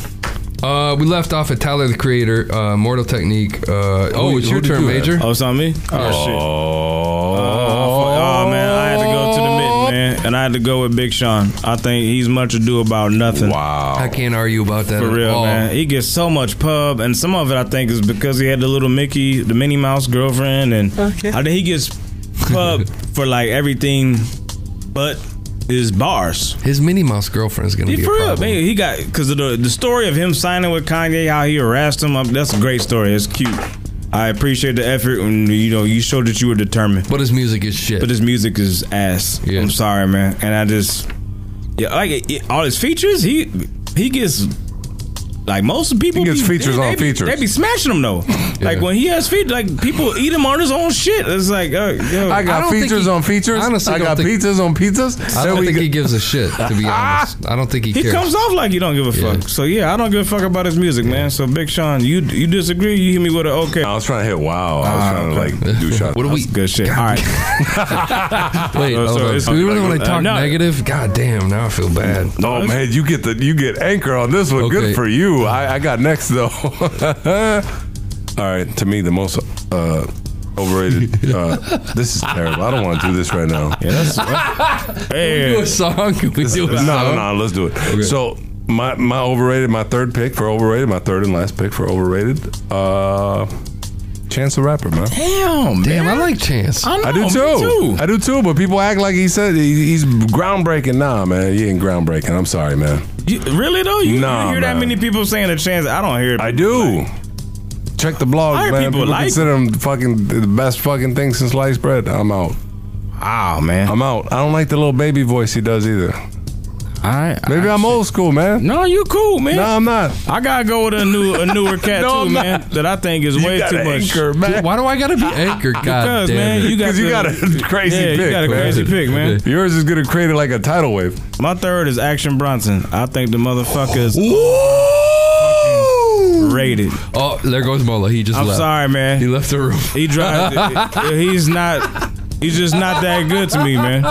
Uh, we left off at Tyler the Creator, uh, Mortal Technique. Uh, oh, it's
who
your
did you
turn,
have?
Major.
Oh, it's on me. Oh, shit.
Oh,
Oh man, I had to go to the mitten, man, and I had to go with Big Sean. I think he's much ado about nothing.
I
Wow.
can't argue about that
For
at
real,
all.
man. He gets so much pub, and some of it I think is because he had the little Mickey, the Minnie Mouse girlfriend, and I think he gets pub for like everything but his bars.
His Minnie Mouse girlfriend is gonna
He
be a
for real,
problem.
man. He got because of the the story of him signing with Kanye, how he harassed him. Up, that's a great story. It's cute. I appreciate the effort, and you know you showed that you were determined.
But his music is shit.
But his music is ass.
Yeah.
I'm sorry, man. And I just yeah, like it, it- all his features, he he gets like most people
He gets
be-
features
they,
on
they be-
features.
They be smashing him though. Like
Yeah.
when he has feet, like people eat him on his own shit. It's like uh, yo,
I
I
got
don't think
features
he-
on features.
honestly,
I
don't
got
think-
pizzas on pizzas.
I
Then
don't
we
think
got-
he gives a shit, to be honest. I don't think he,
he
cares.
comes off like he don't give a
Yeah.
fuck. So yeah, I don't give a fuck about his music, man. So Big Sean, you you disagree? You hit me with a okay.
I was trying to hit wow. I was
Ah,
trying
okay.
to like do shots.
what do we?
Good shit. All right.
Wait,
Oh,
hold
so
on.
it's-
Do we really want to
uh,
talk
no.
negative? God damn, now I feel bad.
Oh man, you get the you get anchor on this one.
Okay.
Good for you. I, I got next though. All right, to me the most uh, overrated. Uh, this is terrible. I don't want to do this right now.
Yeah, that's,
Do
hey,
a song? Can we do a
No,
song?
no, no. Let's do it. So my my overrated, my third pick for overrated, my third and last pick for overrated. Uh, Chance the Rapper, man.
damn,
Damn,
man.
I like Chance.
I, know,
I do
me
too. I do too. But people act like he said he, he's groundbreaking. Nah, man, he ain't groundbreaking. I'm sorry, man.
You- really though, you, you
Nah,
hear that
man.
many people saying a chance? I don't hear it.
I do. Check the
I
blog,
heard
man.
people
People,
like
consider them fucking the best fucking thing since sliced bread. I'm out.
Wow, man.
I'm out. I don't like the little baby voice he does either.
All right.
Maybe I'm old school, man.
No, you cool, man.
No, I'm not.
I gotta go with a new a newer cat
No,
too,
I'm
man. That I think is way
got
too
an
much.
anchor,
Dude,
man.
Why do I gotta be anchored? God
Because
damn
man,
it.
you got
Because you
the-
got a crazy
yeah,
pick,
you got a
man.
crazy pick, man.
Yours is gonna create like a tidal wave.
My third is Action Bronson. I think the motherfucker is rated.
oh, there goes Mola. He just
I'm
left.
sorry,
He
man.
left the room.
He drives. he's not. He's just not that good to me, man.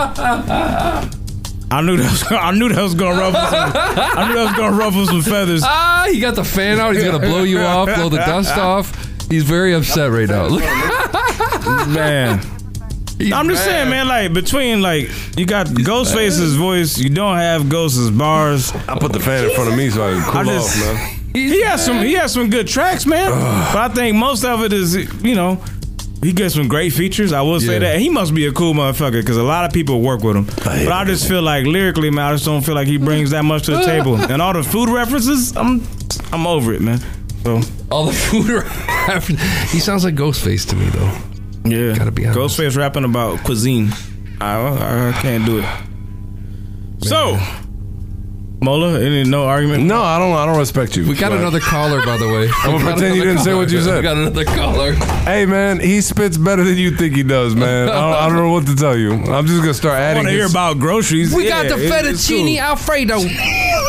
I knew that was, I knew that was gonna ruffle some, I knew that was gonna ruffle some feathers.
Ah, he got the fan out. He's gonna blow you off, blow the dust off. He's very upset right now. Look,
Man. I'm just saying, man, like between like you got Ghostface's voice, you don't have Ghost's bars.
I put the fan in front of me so I can cool
I just-
off, man.
He has some he has some good tracks, man. but I think most of it is you know, he gets some great features. I will say
Yeah.
that. And he must be a cool motherfucker because a lot of people work with him. But I just feel like lyrically, man, I just don't feel like he brings that much to the table. and all the food references, I'm I'm over it, man. So
all the food. rap- he sounds like Ghostface to me though.
yeah,
Gotta be honest.
Ghostface rapping about cuisine. I I, I can't do it. So, Mola, any no argument?
No, I don't. I don't respect you.
We got another caller, by the way.
gonna
We got
pretend you
another
didn't say what you
caller.
said.
We got another caller.
Hey man, he spits better than you think he does, man. I don't, I don't know what to tell you. I'm just gonna start
I want
adding.
to hear
his-
about groceries.
We
Yeah,
got the
it- it's
fettuccine alfredo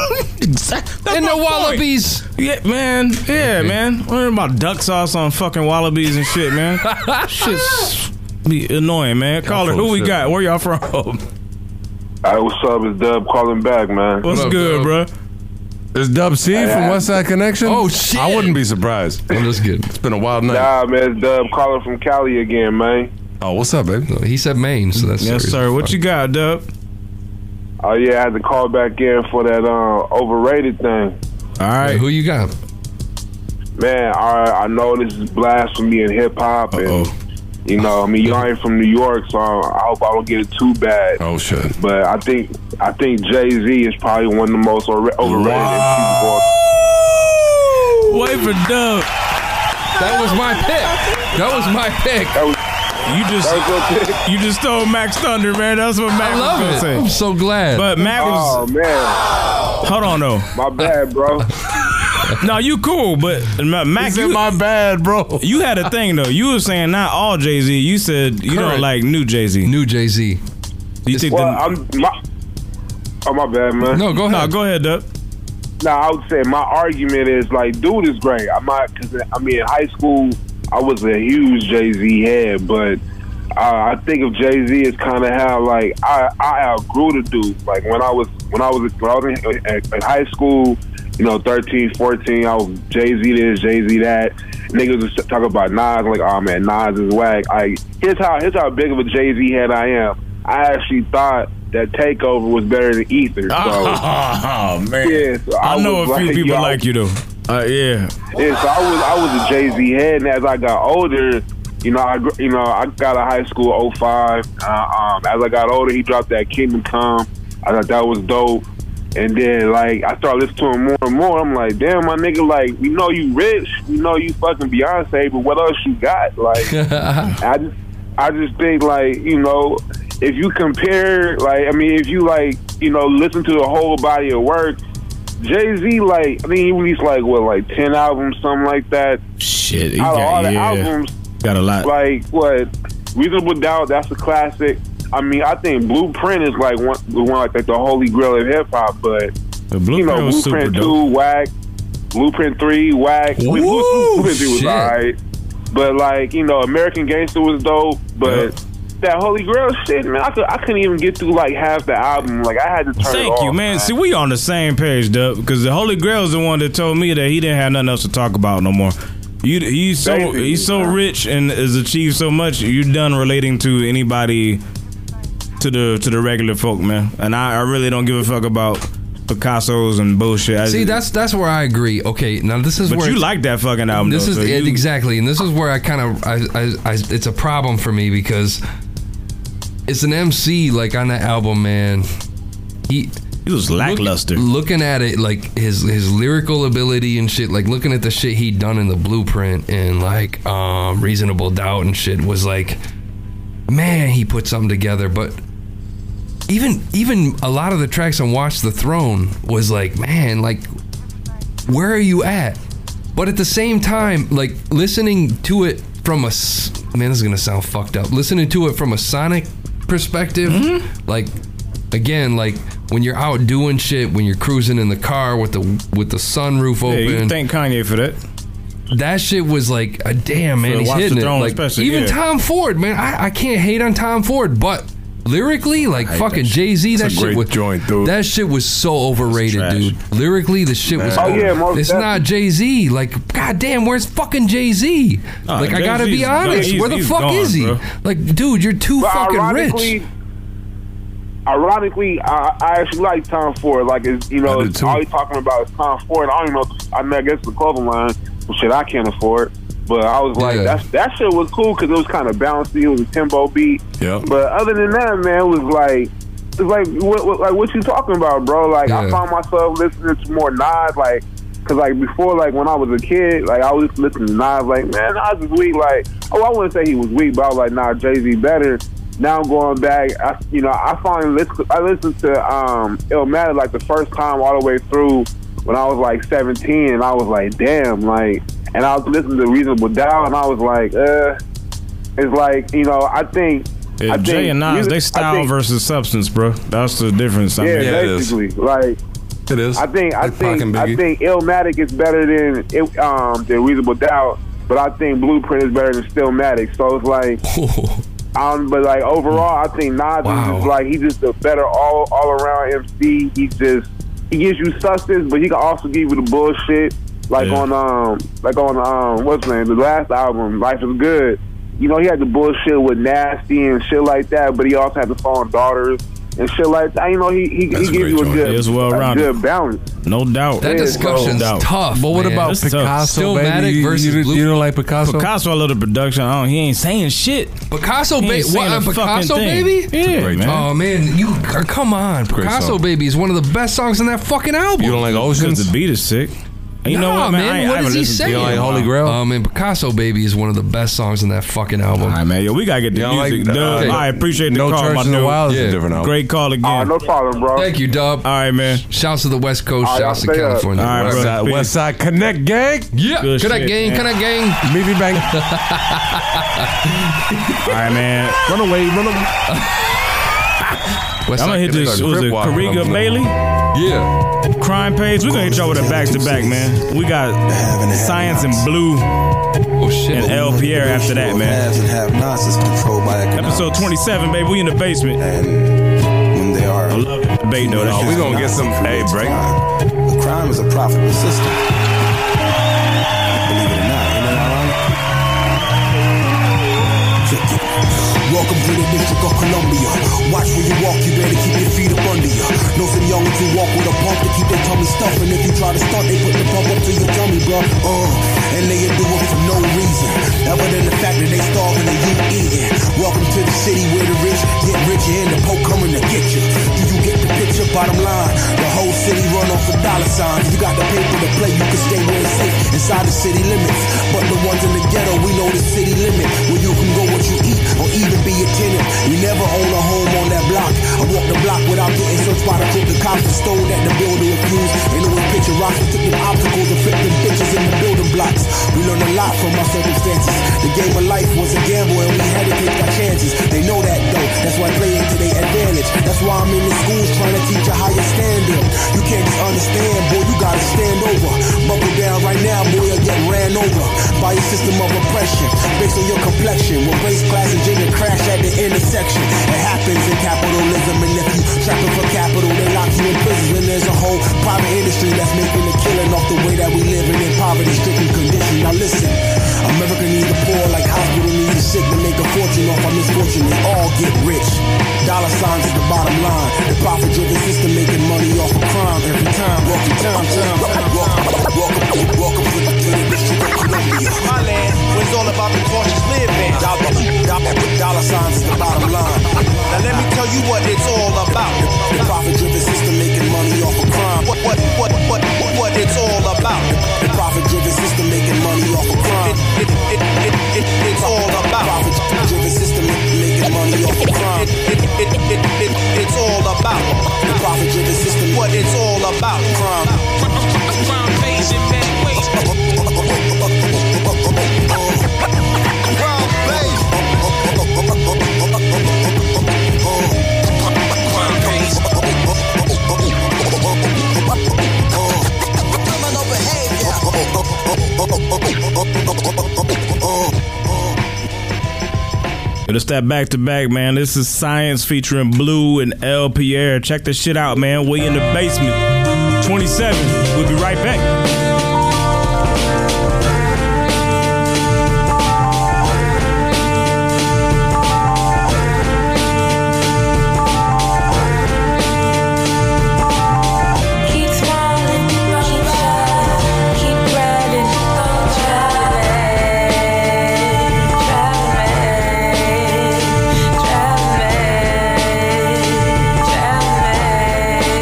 cool.
and
That's my
the
point.
wallabies.
Oh, Yeah, man. Yeah, man. What about duck sauce on fucking wallabies and shit, man? Shit's be annoying, man. Caller,
full
who
of
we
shit.
got? Where y'all from?
Hey, what's up? It's Dub calling back, man.
What's
up,
good, bro?
Is Dub C from West Side Connection?
Oh, shit.
I wouldn't be surprised.
I'm just kidding.
It's been a wild night.
Nah, man, it's Dub calling from Cali again, man.
Oh, what's up, baby?
No, He said Maine, so that's
Yes,
serious.
sir. What you got, Dub?
Oh yeah, I had to call back in for that uh, overrated thing.
All right.
Who you got?
Man, I I know this is blasphemy in hip hop, and
Uh-oh.
you know, I mean, y'all ain't from New York, so I hope I don't get it too bad.
Oh shit.
But I think I think Jay Z is probably one of the most over- overrated people.
Wait for Dub.
That was my pick. That was my pick.
You just you just stole Max Thunder, man. That's what Max
I
was
love it.
gonna
I'm
say.
so glad.
But Max
Oh
was
man,
Um,
hold on though.
my bad, bro.
No, you cool, but Ma- Max, you,
bad, bro.
you had a thing though. You were saying not all Jay Z. You said you don't
Correct.
like new Jay Z.
New Jay Z.
You think
Well,
the,
I'm my. Oh my bad, man.
No, go
no?
ahead.
Go ahead, Dub.
No, I would say my argument is like, dude is great. I'm not because I mean, in high school, I was a huge Jay Z head, but uh, I think of Jay Z as kind of how like I, I outgrew the dude. Like when I was when I was when I was in, in, in high school, you know, 13, 14, I was Jay Z this, Jay Z that. Niggas was talking about Nas, like, oh man, Nas is whack. Like, here's how here's how big of a Jay Z head I am. I actually thought that Takeover was better than Ether. So.
Oh, man.
Yeah, so I
I, know
was
a few
like,
people
yo.
like you though. Uh, yeah.
Yeah, so I was I was a Jay Z head, and as I got older, you know, I gr- you know I got out of high school '05. Uh, um, as I got older, he dropped that Kingdom Come. I thought that was dope, and then like I started listening to him more and more. I'm like, damn, my nigga, like we know you rich, we know you fucking Beyonce, but what else you got? Like, I just I just think like you know if you compare like I mean if you like you know listen to the whole body of work. Jay Z, like, I think he released like what, like ten albums, something like that.
Shit. he
Out of
got-
all the
yeah.
albums,
got a lot.
like what, Reasonable Doubt, that's a classic. I mean, I think Blueprint is like one, the one like, the holy grail of hip hop. But
The
you
blueprint
know,
was super
Blueprint Two,
dope.
whack. Blueprint Three, whack. I mean, Blue-
Woo,
Blueprint Three was
shit.
alright, but like you know, American Gangster was dope, but. That Holy Grail shit, man. I, could, I couldn't even get through like half the album. Like I had to turn it
Thank
off,
you, man. See, we on the same page, Dub, because the Holy Grail is the one that told me that he didn't have nothing else to talk about no more. You, he's so
Basically,
he's so
yeah.
rich and has achieved so much. You're done relating to anybody, to the to the regular folk, man. And I, I really don't give a fuck about Picasso's and bullshit. I
See,
just-
that's that's where I agree. Okay, now this is
but
where
you like that fucking album.
this
though,
is
um, so
it-
you-
exactly, and this is where I kind of I, I, I it's a problem for me because it's an MC like on that album, man. He
It was lackluster.
Look- looking at it, like his his lyrical ability and shit, like looking at the shit he done in the blueprint and like um, reasonable doubt and shit was like, man, he put something together. But even even a lot of the tracks on Watch the Throne was like, man, like where are you at? But at the same time, like listening to it from a s- man, this is gonna sound fucked up. Listening to it from a sonic perspective,
Mm-hmm.
like again, like when you're out doing shit, when you're cruising in the car with the with the sunroof
yeah, you
open,
thank Kanye for that.
that shit was like, a damn man,
For
he's
Watch the
hitting it.
Throne
Like,
especially,
even
yeah.
Tom Ford, man, I, I can't hate on Tom Ford, but lyrically, like fucking Jay Z, that
a
shit
great
was
joint, dude.
That shit was so overrated,
trash.
dude. Lyrically, the shit was.
Oh, yeah, most
it's not Jay Z. Like, goddamn, where's fucking Jay Z?
Nah,
like, I gotta
Jay-Z's
be
gone.
honest.
He's-
Where the
he's
fuck
gone,
is he?
bro.
Like, dude, you're too
But
fucking
ironically,
rich.
Ironically, I, I actually like Tom Ford. Like, it's, you know,
I do
it's-
too.
all he's talking about is Tom Ford. I don't even know. if- I mean, I guess the clothing line, well, shit, I can't afford. But I was like,
Yeah.
that's, that shit was cool because it was kind of bouncy. It was a tempo beat.
Yep.
But other than that, man, it was like, it's like, what, what, like, what you talking about, bro? Like, I
Yeah.
found myself listening to more Nas. Like, Cause like before, like when I was a kid, like I was listening to Nas, like man, Nas is weak. Like, oh, I wouldn't say he was weak, but I was like, nah, Jay Z better. Now I'm going back, I, you know, I finally listen, I listened to um, Illmatic like the first time all the way through when I was like 17, and I was like, damn, like, and I was listening to Reasonable Doubt, and I was like, uh, it's like, you know, I think,
Yeah,
I
Jay
think
and Nas,
music-
they
I
style
think-
versus substance, bro. That's the difference. I
yeah,
mean.
basically, like.
It is.
I think I
Like Pac
think
and
I
Biggie.
think Illmatic is better than it, um than Reasonable Doubt, but I think Blueprint is better than Stillmatic. So it's like um, but like overall, I think Nas
Wow.
is just like he's just a better all all around MC. He's just he gives you substance, but he can also give you the bullshit. Like
Yeah.
on um like on um what's his name the last album Life is Good. You know he had the bullshit with Nasty and shit like that, but he also had the song Daughters and shit like that. You know he he, he
That's
gives
a great
you a
joint.
good,
He is
a
well-rounded.
good balance.
No doubt.
That
Yeah,
discussion's
bro.
tough.
But what
man.
about
This is tough.
Picasso,
Stillmatic
baby? You- You,
versus
you
Blue-
don't like Picasso?
Picasso, I love the production. I don't, he ain't saying shit.
Picasso,
He
baby?
ain't
What
saying
uh,
a fucking
Picasso,
thing.
baby?
Yeah,
Great
man.
Oh man, you uh, come on!
Great
Picasso
song.
Baby is one of the best songs on that fucking album.
You don't like
Because
Oceans?
the beat is sick. You know
Nah,
what, man? I ain't- I
What
haven't
is he
listened to it
saying?
in
You
a
don't like
while.
Holy Grail?
Oh man, Picasso Baby is one of the best songs on that fucking album.
All right, man. Yo, we gotta get the
You don't
music.
like- uh,
done.
okay.
I appreciate the
No
call, my
Church in the
dude.
Wild is
Yeah.
a different album.
Great call again.
Oh, no problem, bro.
Thank you, Dub.
All right, man.
Shouts to the West Coast.
All right,
Shouts to
I'll stay up.
California.
All right,
West
bro.
Side, West Side Connect, gang.
Yeah,
Good
could I
shit,
gang?
man.
Could I gang?
Meet me bang.
All right, man.
run away, run away.
West
I'm
Side
gonna hit this.
Connect.
Was
Crip
it
Walk.
Kariga Bailey?
Yeah,
Crime Page. We're gonna hit y'all with a back to back, man. We got Science and Blue
oh shit.
and El Pierre after that, man.
Haves and have nots is controlled by economics.
Episode 27, baby. We in the basement.
And when they are.
I love the debate, though. That's
Oh, we
just-
gonna get some- hey, break.
The crime is a profitable system. Believe it or not, ain't that ironic? Welcome to the District of Columbia. Watch where you walk, you better keep your feet up under you. No, some young if you walk with a pump to keep their tummy stuffed. And if you try to stunt, they put the pump up to your tummy, bro. Uh, and they do it for no reason. Other than the fact that they starving and you eating. Welcome to the city where the rich get richer and the poor coming to get you. Do you get the picture? Bottom line, the whole city run off of dollar signs. You got the paper to play, you can stay real safe inside the city limits. But the ones in the ghetto, we know the city limit where you can go what you eat or even be a tenant. You never own a home on that block. I walked the block without getting searched by the crooked cops and stole that the builder refused. They know what picture rocks, took them obstacles and flipped them bitches in the building blocks. We learned a lot from our circumstances. The game of life was a gamble and we had to take our chances. They know that though, that's why I play it to their advantage. That's why I'm in the schools trying to teach a higher standard. You can't just understand, boy, you gotta stand over. Buckle down right now, boy, you'll get ran over by your system of oppression. Based on your complexion, when race, class, and gender crash at the intersection. It happens in capitalism, and if you trapping for capital, they lock you in prison. And there's a whole private industry that's making a killing off the way that we live in poverty-stricken condition. Now listen, America needs the poor like hospital needs the sick to make a fortune off our misfortune. They all get rich. Dollar signs is the bottom line. The profit-driven system making money off of crime every time. Welcome, time, time, time. Welcome, welcome, welcome to the to the District of Columbia. My land, where it's all about the cautious living. Dollar, dollar, dollar signs is the bottom line. Now let me tell you what it's all about. The profit-driven system making money off of crime. What, what, what, what, what, what it's all about. The profit-driven system making money off of crime. It, it, it, it, it, it's all about. Profit-driven system making money off of crime. It, it, it, it, it, it's all about. The profit-driven system. What it's all about. Crime.
Yo, It's that back to back, man. This is Science featuring Blue and El Pierre. Check this shit out, man. We in the basement. 27. We'll be right back.
Keep smiling, keep shining, keep riding, oh, driving, driving, driving,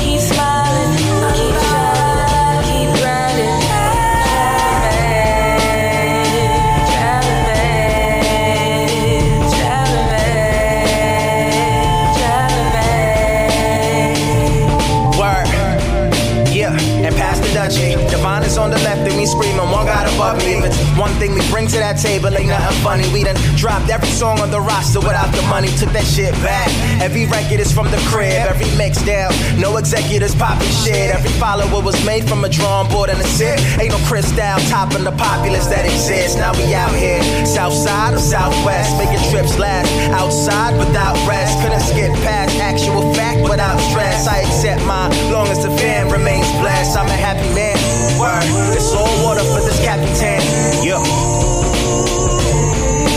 driving. Keep smiling, keep
up leaving. One thing we bring to that table ain't nothing funny. We done dropped every song on the roster without the money. Took that shit back. Every record is from the crib, every mix down. No executives popping shit. Every follower was made from a drawing board and a sip. Ain't no crystal topping the populace that exists. Now we out here, south side or southwest, making trips last. Outside without rest, couldn't skip past actual fact without stress. I accept mine, long as the fan remains blessed. I'm a happy man. Word, it's all water for this captain. Yeah.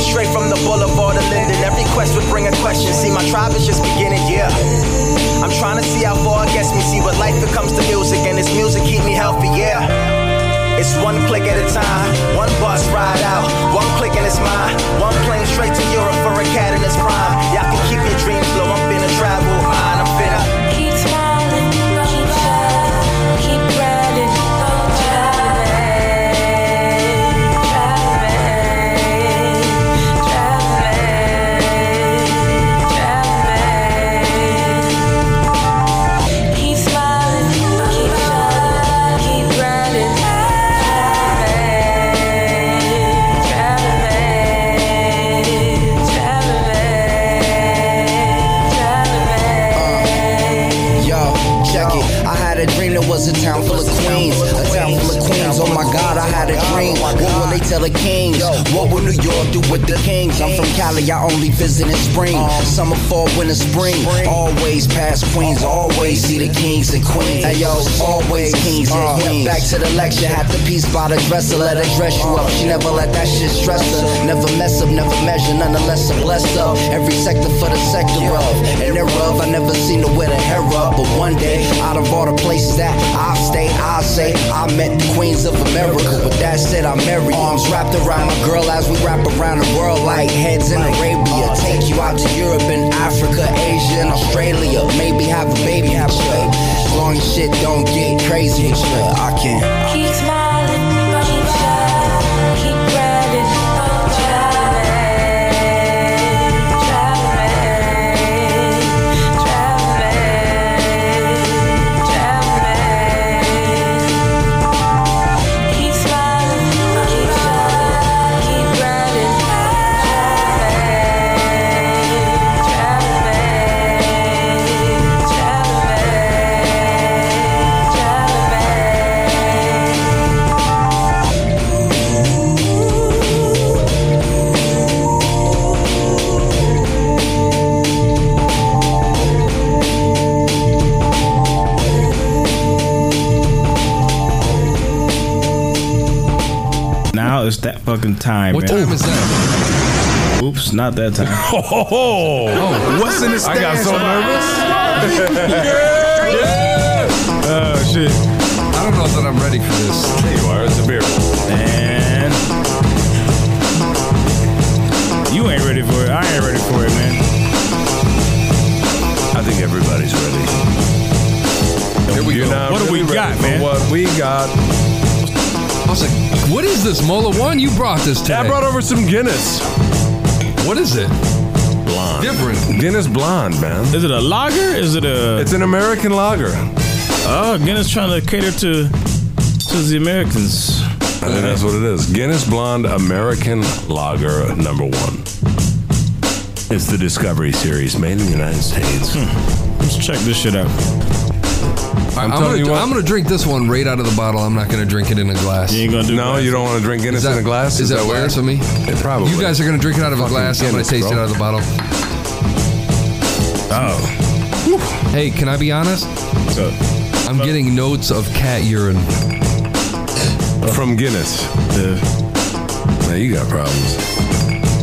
Straight from the boulevard to Linden, every quest would bring a question. See, my tribe is just beginning, yeah. I'm trying to see how far it gets me, see what life becomes to music, and this music keep me healthy, yeah. It's one click at a time, one bus ride out, one click and it's mine. One plane straight to Europe for a cat in its prime. Y'all can keep your dreams low, I'm finna travel mine, I'm finna.
Keep smiling, keep shining, keep oh, riding, keep driving, driving, driving, driving. Keep smiling, keep shining, keep riding, driving, driving, driving, driving.
Yo, check it. I had a dream there was a town full of queens. A town full of queens. Oh my god, I had a dream. What will they tell the kings? What will New York do with the kings? I'm from Cali, I only visit in spring. Summer, fall, winter, spring. Always past Queens, always see the kings and queens. Hey yo, always kings and queens. Back to the lecture, had the piece by the dresser. Let her dress you up. She never let that shit stress her. Never mess up, never measure, nonetheless, I'm blessed up. Every sector for the sector of. And thereof, I never seen the wear the hair up. But one day, out of all the places that I've stayed, I say I met the queens of America. With that said, I'm married. Arms wrapped around my girl as we wrap around the world like heads in Arabia. Take you out to Europe and Africa, Asia and Australia. Maybe have a baby. Have a baby. As long as shit don't get crazy, sure, I can.
Keep smiling, keep shining, keep riding, driving, driving, driving, driving. Keep smiling, keep shining, keep riding, driving, driving, driving, driving.
Now it's that fucking time.
What
man.
time is that?
Oops, not that time.
Oh,
What's in the
I got so nervous.
Oh shit!
I don't know that I'm ready for this.
There you are. It's a beer.
And you ain't ready for it. I ain't ready for it, man.
I think everybody's ready.
Here we go.
What do we got, man?
What we got?
I was like, what is this, Mola One? You brought this today.
I brought over some Guinness.
What is it? Different.
Guinness Blonde, man.
Is it a lager? Is it a
It's an American lager.
oh Guinness trying to cater to to the Americans?
I think that's what it is. Guinness Blonde American Lager number one.
It's the Discovery Series made in the United States.
Hmm. Let's check this shit out.
I'm,
telling
gonna,
you what-
I'm gonna drink this one right out of the bottle. I'm not gonna drink it in a glass.
You ain't gonna do
No,
that.
you don't want to drink Guinness in a glass.
Is, that, weird for me?
It probably.
You guys are gonna drink it out of a
Fucking
glass. I'm gonna
Guinness,
taste
bro.
it out of the bottle.
Oh,
Hey, can I be honest?
so
I'm getting notes of cat urine.
from Guinness.
the,
Now you got problems.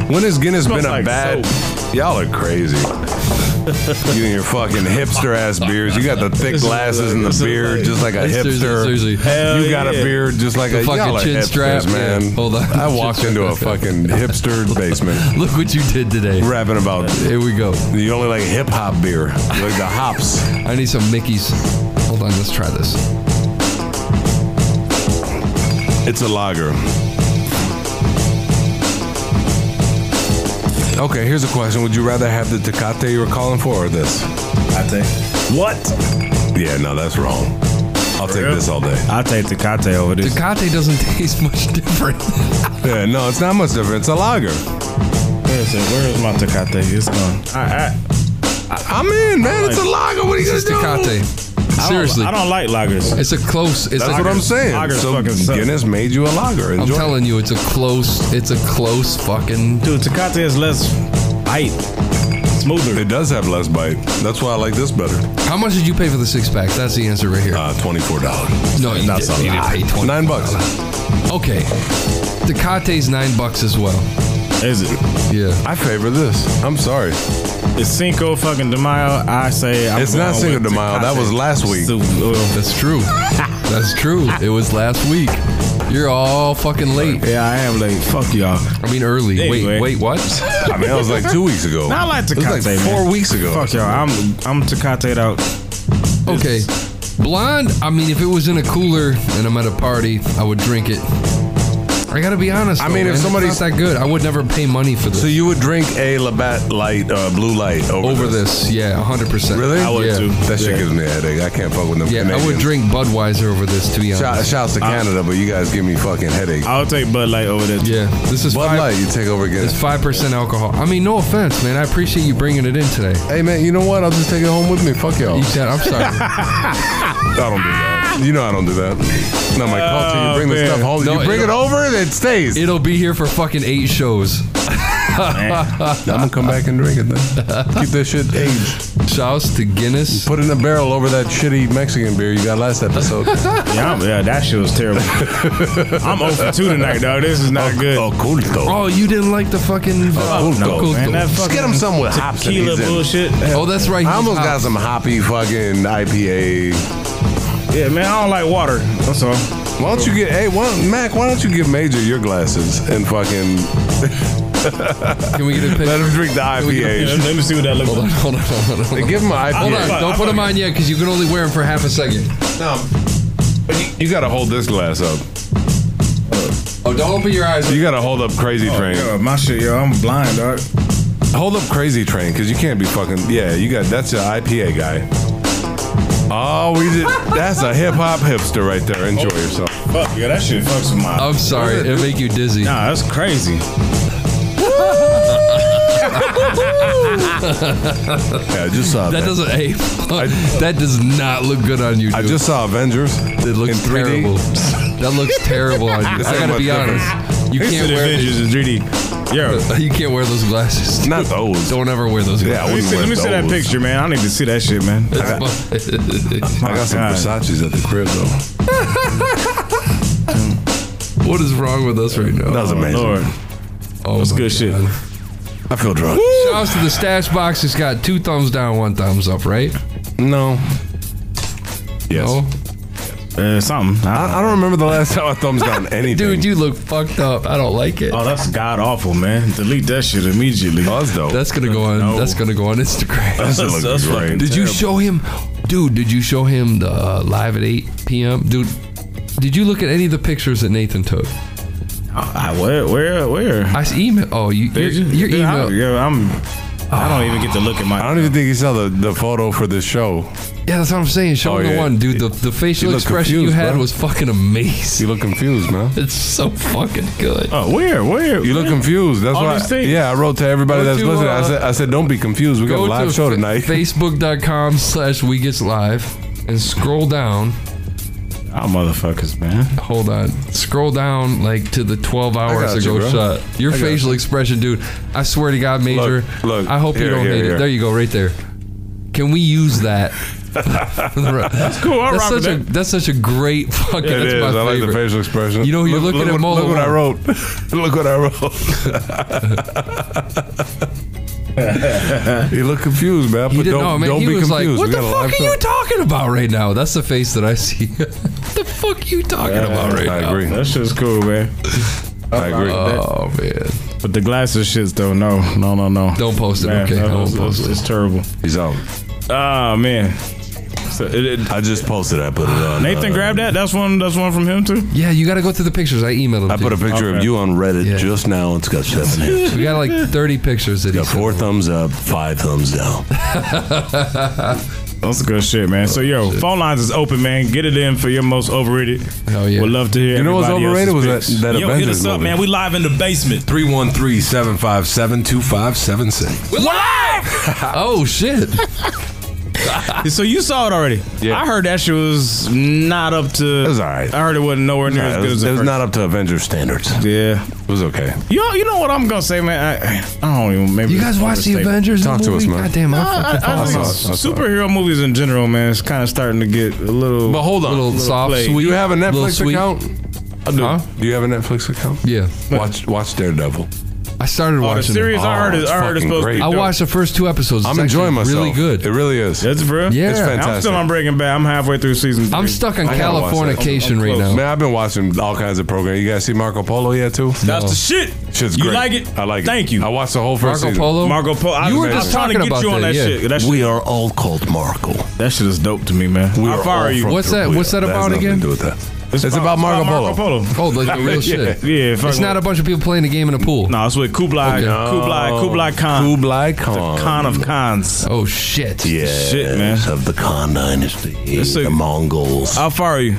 When has Guinness been
Smells
a
like
bad? Y'all are crazy. you and your fucking hipster ass beards. You got the thick glasses and
this
the
is
beard,
like-
just like a
This is-
hipster.
seriously.
Hell
you got
yeah.
a beard, just like a
fucking
y'all are
chin
hipsters,
strap,
man.
yeah. Hold on.
I walked into a fucking hipster basement,
Look what you did today.
rapping about
Here we go.
you only like hip hop beer, You like the hops.
I need some Mickey's. Hold on, let's try this.
It's a lager. Okay, here's a question. Would you rather have the Tecate you were calling for or this?
I think.
What? Yeah, no, that's wrong. I'll take this all day.
I'll take Tecate over this.
Tecate doesn't taste much different.
yeah, no, it's not much different. It's a lager.
Where is it? Where is my Tecate? It's gone. I,
I, am in, man. It's a lager. What are you gonna
It's
do?
Tecate.
I don't-
Seriously.
I don't like lagers.
It's a close. It's
That's
a,
what I'm saying.
Lager's
so
fucking suck.
Guinness made you a lager.
I'm
Enjoy.
telling you, it's a close. It's a close fucking.
Dude, Tecate is less bite, smoother.
it does have less bite. That's why I like this better.
How much did you pay for the six pack? That's the answer right here.
Uh, Twenty-four dollars.
no, you,
That's
didn't,
a
you didn't
lot.
pay twenty.
Nine bucks.
Okay, Tecate's nine bucks as well.
Is it?
Yeah,
I favor this. I'm sorry.
It's Cinco fucking de Mayo. I say I'm
It's not
going
Cinco de
with
Mayo. That
Tecate.
was last week.
So, uh,
that's true. that's true. It was last week. You're all fucking late.
yeah, I am late. Fuck y'all.
I mean, early.
Anyway.
Wait, wait, what?
I mean, that was like two weeks ago.
Not like
It was
Tecate.
like four
man.
weeks ago.
Fuck y'all. I'm I'm Tecate out.
Okay, blonde. I mean, if it was in a cooler and I'm at a party, I would drink it. I gotta be honest.
I
though,
mean, if
man, it's
somebody's-
not that good, I would never pay money for this.
So you would drink a Labatt Light, uh, Blue Light over,
over this, yeah, hundred percent.
Really?
I would
yeah.
too.
That shit
Yeah.
gives me a headache. I can't fuck with them.
Yeah, I would
Canadians.
drink Budweiser over this, to be honest.
Shout, shouts to Canada, but you guys give me fucking headache.
I'll take Bud Light over there.
Yeah, this is
Bud
five,
Light, you take over again.
It's five percent alcohol. I mean, no offense, man. I appreciate you bringing it in today.
Hey man, you know what? I'll just take it home with me. Fuck y'all.
You said I'm sorry.
I don't do that. You know I don't do that. Not my culture. You bring
man.
the stuff home.
Oh, No,
you bring it
it'll-
over, it stays.
It'll be here for fucking eight shows.
I'm gonna come back and drink it then. Keep this shit aged.
Shouts to Guinness.
Put it in a barrel over that shitty Mexican beer you got last episode.
Yeah, I'm- yeah, that shit was terrible. I'm 0 for 2 tonight, dog. This is not good.
Oculto.
Oh, you didn't like the fucking. uh,
Oh, no,
Oculto.
Man, that
Just
fucking
get him some with hops in
tequila
these in.
bullshit.
oh, that's right.
I
he's
almost got
out.
some hoppy fucking IPA.
Yeah, man, I don't like water. That's all.
Why don't you get hey why, Mac? Why don't you give Major your glasses and fucking
Can we get a
let
picture?
him drink the
Yeah,
IPA?
let me see what that looks
Hold
like.
on, hold on, hold on. Hold on.
Give him an
Hold
IPA.
on, don't put them on yet because you can only wear them for half a second.
You gotta hold this glass up.
Oh, don't open your eyes.
You gotta hold up Crazy Train.
Oh, Yeah, my shit, yo, I'm blind, dog.
Hold up Crazy Train, cause you can't be fucking. Yeah, you got that's your IPA guy. Oh, we did. That's a hip hop hipster right there. Enjoy yourself.
Oh, Fuck, yeah, that shit fucks with my.
I'm sorry, it'll make you dizzy.
Nah, that's crazy.
Yeah, I just saw
uh,
That
that.
doesn't. Hey, that does not look good on you. Dude.
I just saw Avengers
It
in
looks
3D.
terrible. that looks terrible on you.
This
I
ain't
gotta
much
be
different.
honest. You
This
can't
shit
wear
Avengers is 3D. Yo,
you can't wear those glasses.
Not those.
Don't ever wear those
Yeah,
glasses.
I
let me
wouldn't
see,
wear
let me see that
those.
picture, man. I need to see that shit, man.
I got some
God.
Versace's at the crib though.
what is wrong with us right now?
That was
Oh,
amazing.
Lord,
oh,
that's
my
good shit.
God.
I feel drunk.
Shouts to the stash box. It's got two thumbs down, one thumbs up, right?
No. Yes.
Oh,
Uh, something. I-
I, I don't remember the last time I thumbs down anything.
dude, you look fucked up. I don't like it.
oh, that's god awful, man. Delete that shit immediately.
us though.
that's gonna go on.
No.
That's gonna go on Instagram.
That's,
That's- that's fucking-
Did you show him, dude? Did you show him the uh, live at 8 p.m. dude? Did you look at any of the pictures that Nathan took?
I, I- where, where, where?
I s- email. Oh, you, your,
Did you?
your
Dude,
email.
I, yo, I'm. I don't even get to look at my.
I don't even think he saw the, the photo for this show.
Yeah, that's what I'm saying. Show
Oh,
him the
yeah.
one, dude. The, the facial
looked
expression you
confused,
had
bro.
was fucking
You
amazing.
look confused, man.
It's so fucking good.
Oh, where, where?
You look confused. That's
All
why.
these things.
yeah, I wrote to everybody
Go
that's
to,
listening. I
uh,
said, I said, don't be confused. We got a live show
fa-
tonight.
facebook.com slash we gets live and scroll down.
Oh, motherfuckers, man.
Hold on. Scroll down like to the 12 hours
got
ago
you, bro.
shot. Your
I got
facial expression, dude. I swear to God, Major.
Look, look,
I hope you
here,
don't
here,
hate it.
here.
There you go, right there. Can we use that? that's
cool, I'll
that's
rock with
such a
that.
that's such a great fucking.
It
that's
is.
my
I
favorite.
like the facial expression.
You know, you're looking at
look,
Mola
Look what I
Wong.
wrote. look what I wrote. you look confused, man.
He
but
didn't
don't,
know, man.
don't
he
be
was
confused.
like, "What
We
the
got a
fuck
live
are
show."
you talking about right now?" That's the face that I see. what the fuck you talking about right
I
now?
agree.
That shit's cool, man.
I agree.
Oh man,
But the glasses shits though, no, no, no, no.
don't post it.
Man,
okay,
no,
I won't
it's,
post
it's-
it.
it's terrible.
He's out.
Ah man. So it, it-
I just posted. I put it on.
Nathan
uh,
grabbed that. That's one. That's one from him too.
Yeah, you got to go through the pictures. I emailed him.
I
to
put a
you.
picture of
Okay.
you on Reddit
Yeah.
just now. It's got seven hits.
We got like 30 pictures that he
Got
sent.
four thumbs up, five thumbs down.
That's good shit, man. So yo, phone lines is open, man. Get it in for your most overrated. Hell yeah. Would love to hear.
You know what's
everybody
overrated
else's
was
picks.
that- that
yo, hit
Avengers
us up,
movie.
man. We live in the basement.
313 757 2576.
We're live.
oh shit.
so you saw it already? Yeah. I heard that shit was not up to. It was all right. I heard it wasn't nowhere near as
Nah,
good
it was,
as the
it was
first.
not up to Avengers standards.
Yeah.
It was okay.
You know, you know what I'm gonna say, man. I, I don't even. Maybe
You guys watch the
overstate.
Avengers Talk to movie? us, man. Goddamn, I
Nah, I,
fucking thought
I think
I saw it. I saw it.
superhero movies in general, man, it's kind of starting to get a little.
But hold on.
little, play.
You have a Netflix account?
I do.
Do you have a Netflix account?
Yeah.
Watch Watch Daredevil.
I started
Oh, the
watching.
series I heard is- I heard is supposed to be
I
dope.
watched the first two episodes. It's
I'm enjoying
actually Really
myself.
good.
It really is.
That's for real.
Yeah. It's
I'm
fantastic.
still on Breaking Bad. I'm halfway through season. Three.
I'm stuck on
I gotta watch that.
Californication right now.
Man, I've been watching all kinds of programs. You guys see Marco Polo yet too?
That's the shit.
Shit's
you
great.
like it?
I like it.
Thank you.
I watched the whole first
Marco
season.
Polo.
Marco Polo. I
You were
was- I
just
was trying to
talking
get
about
you on
that,
that
yeah.
shit. That shit-
We are all called Marco.
That shit is dope to me, man.
We
How
are
far
all
are you?
from
What's that?
Toledo.
What's that
That has
about
nothing
again?
To do with that. It's, about Marco, Polo.
Oh, like the real
yeah.
shit.
Yeah. fuck
It's
it.
not a bunch of people playing a game in a pool.
No, it's with Kublai.
Okay.
Kublai. Kublai Khan.
Kublai Khan.
The Khan of Khans.
Oh shit.
Yeah,
Shit, man.
of the Khan dynasty,
It's a-
the Mongols.
How far are you?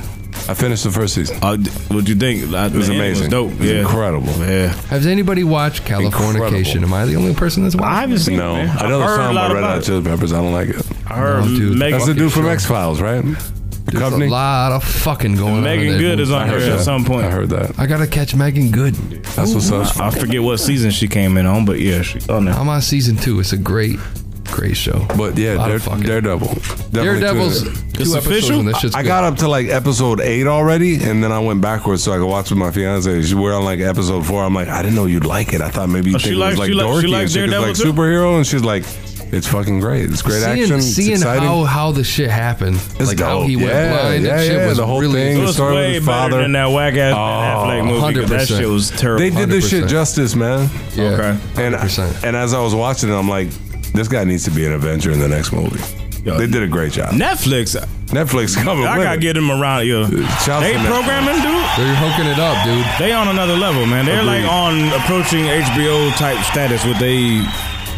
I finished the first season.
Uh, d- what'd you think? I,
It was amazing.
dope.
It was
Yeah.
incredible.
Yeah.
Has anybody watched Californication? Am I the only person that's
I
watched?
haven't seen
No,
it. man.
I know
I've
the
heard
song
a lot
by Red
about
Hot
it.
Chili Peppers. I don't like it.
I heard
No, dude.
Megan,
That's the dude from
sure.
X Files, right? The
There's
company.
a lot of fucking going on. in
Megan
that
Good
movie.
is
I
on
heard
here at
that.
some
I
point.
heard that.
I gotta catch Megan Good.
That's what's up.
I forget what season she came in on, but yeah, oh, she's on there.
I'm on season two. It's a great, great show.
But yeah,
Lot
Dare,
of fucking-
Daredevil. Definitely
Daredevil's
tune in.
two
It's
episodes
official?
and that shit's
I
good.
got up to like episode eight already, and then I went backwards so I could watch with my fiance. We're on like episode four. I'm like, I didn't know you'd like it. I thought maybe you
Oh,
think
she
it
likes-
was like
she like-
dorky.
she likes
and shit, 'cause,
Daredevil
like
too?
superhero, and she's like, it's fucking great. It's great
seeing,
action.
Seeing
it's exciting.
how how the shit happened,
It's
like how
dope.
he went
Yeah,
blind
yeah,
and shit
yeah,
was
the whole
really
thing.
It
good.
The
was
story with
way
his
better
father. Oh,
than that whack ass Ben Affleck movie. 'cause That
100%.
shit was terrible.
they did this shit
100%.
justice, man.
Yeah.
Okay.
And
100%.
and as I was watching it, I'm like, this guy needs to be an Avenger in the next movie.
Yo.
they did a great job.
Netflix.
Netflix coming.
I
with
gotta
it.
get them around yo.
Shout
They
to Netflix.
programming, dude.
They're hooking it up, dude.
They on another level, man. They're like
Agreed.
on approaching HBO type status with they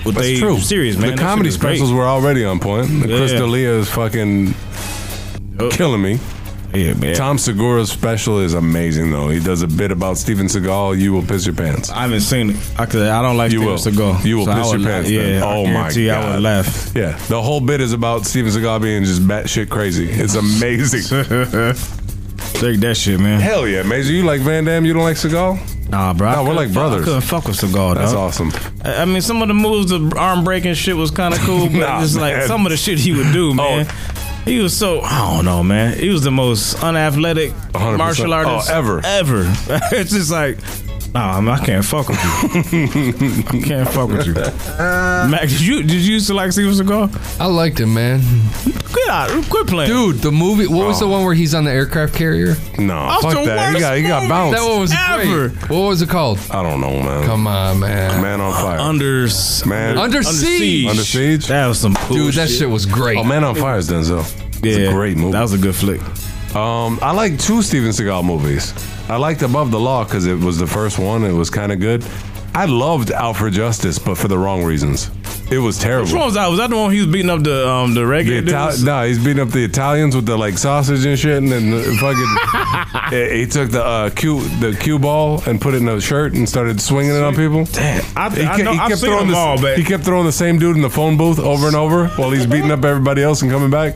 with
That's
they
true.
series, man.
The comedy specials were already on point. The Chris
Yeah.
D'Elia is fucking
Oh.
killing me.
Yeah, man.
Tom Segura's special is amazing though. He does a bit about Steven Seagal. You will piss your pants.
I haven't seen it. I, could, I don't like
You will.
Steven Seagal.
You will
I
piss
would
your
la-
pants.
Yeah.
then. Oh
I
my
guarantee
god.
I would laugh.
Yeah. The whole bit is about Steven Seagal being just batshit crazy. It's amazing.
Take that shit, man.
Hell yeah, Major. You like Van Damme? You don't like Seagal?
Nah, bro. I
Nah, we're
couldn't
like
fuck-
brothers.
I couldn't fuck with Seagal.
That's
dog.
awesome.
I I mean, some of the moves, the arm breaking shit was kind of cool, but
Nah,
just like
man. Oh.
some of the shit he would do, man. He was so I don't know, man. He was the most unathletic
100%.
martial artist
Oh, ever.
Ever. it's just like, nah, man, I can't fuck with you. I can't fuck with you.
Uh,
Mac, did you did you used to like Steven Seagal?
I liked him, man.
Quit out, uh, quit playing.
Dude, the movie. What was
Oh.
the one where he's on the aircraft carrier?
No,
That's
fuck
the
that. He
worst
got he got
movie.
bounced.
That one was
Ever.
great. What was it called?
I don't know, man.
Come on, man.
Man on fire.
Uh, under
Man.
Under Siege.
Under Siege?
That was some cool
Dude, that shit was great.
oh, Man on Fire is Denzel. It's a great movie.
That was a good flick.
Um, I like two Steven Seagal movies. I liked Above the Law because it was the first one. It was kind of good. I loved Out for Justice, but for the wrong reasons. It was terrible.
Which one was that? Was that the one he was beating up the um the
The
reggae
Itali-
dudes?
no, Uh, he's beating up the Italians with the like sausage and shit, and then the fucking he he took the uh, cue the cue ball and put it in a shirt and started swinging it on people. Damn,
I- I know- I've seen them
the,
all, but-
he kept throwing the same dude in the phone booth over and over while he's beating up everybody else and coming back.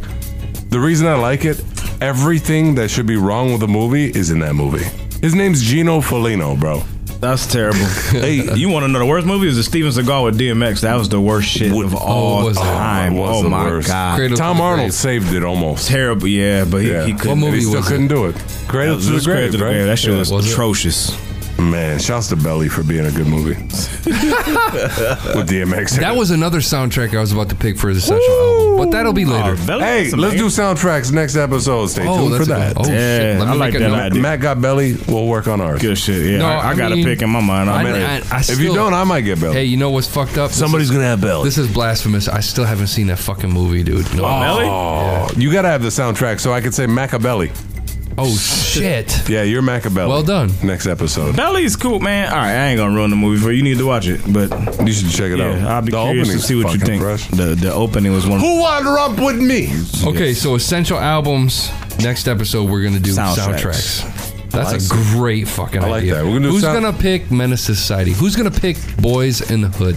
The reason I like it, everything that should be wrong with a movie is in that movie. His name's Gino Foligno, bro.
That's terrible. hey, you want to know the worst movie? Is the Steven Seagal with DMX? That was the worst shit of all
was it?
time.
Was
Oh
the
my
worst.
god,
Cradle to
Tom
the
Arnold
Grave.
saved it almost.
terrible. Yeah, but he,
Yeah.
he couldn't.
What
And
movie
he still
was
couldn't do it. Cradle
It
to the
was Cradle
grave,
to the
right?
Grave. That shit
Yeah.
was,
was it?
atrocious.
Man, shouts to Belly for being a good movie with DMX.
That was another soundtrack I was about to pick for his essential album, but that'll be later.
Oh, Belly
Hey,
was
let's do
amazing.
soundtracks next episode. Stay
oh,
tuned for
that's a
that.
Good, oh
Yeah,
shit! Let
I
me
like
make
that
a
idea.
note.
Matt got Belly. We'll work on ours.
good shit. Yeah,
No,
I, I
I
got a
mean-
pick in my mind.
I-
I'm in
I-
it.
I
If you
still-
don't, I might get Belly.
Hey, you know what's fucked up? This
Somebody's
is-
gonna have belly.
This is blasphemous. I still haven't seen that fucking movie, dude. No.
Belly?
Oh, you gotta have the soundtrack so I can say Machiavelli.
Oh, Oh shit!
Yeah, you're Machiavelli. Well done. Next episode.
Belly's cool, man. All right, I ain't gonna ruin the movie for you. You need to watch it, but
you should check it out.
yeah, I'll be
The
curious to
opening's
see what you
fucking
think. The the opening was one.
Who want to romp with me?
Okay, so essential albums. Next episode, we're gonna do
Soundtracks.
soundtracks. That's
I
a
like-
great fucking
I like
idea.
that. We're gonna do
Who's
sound-
gonna pick Menace to Society? Who's gonna pick Boys in the Hood?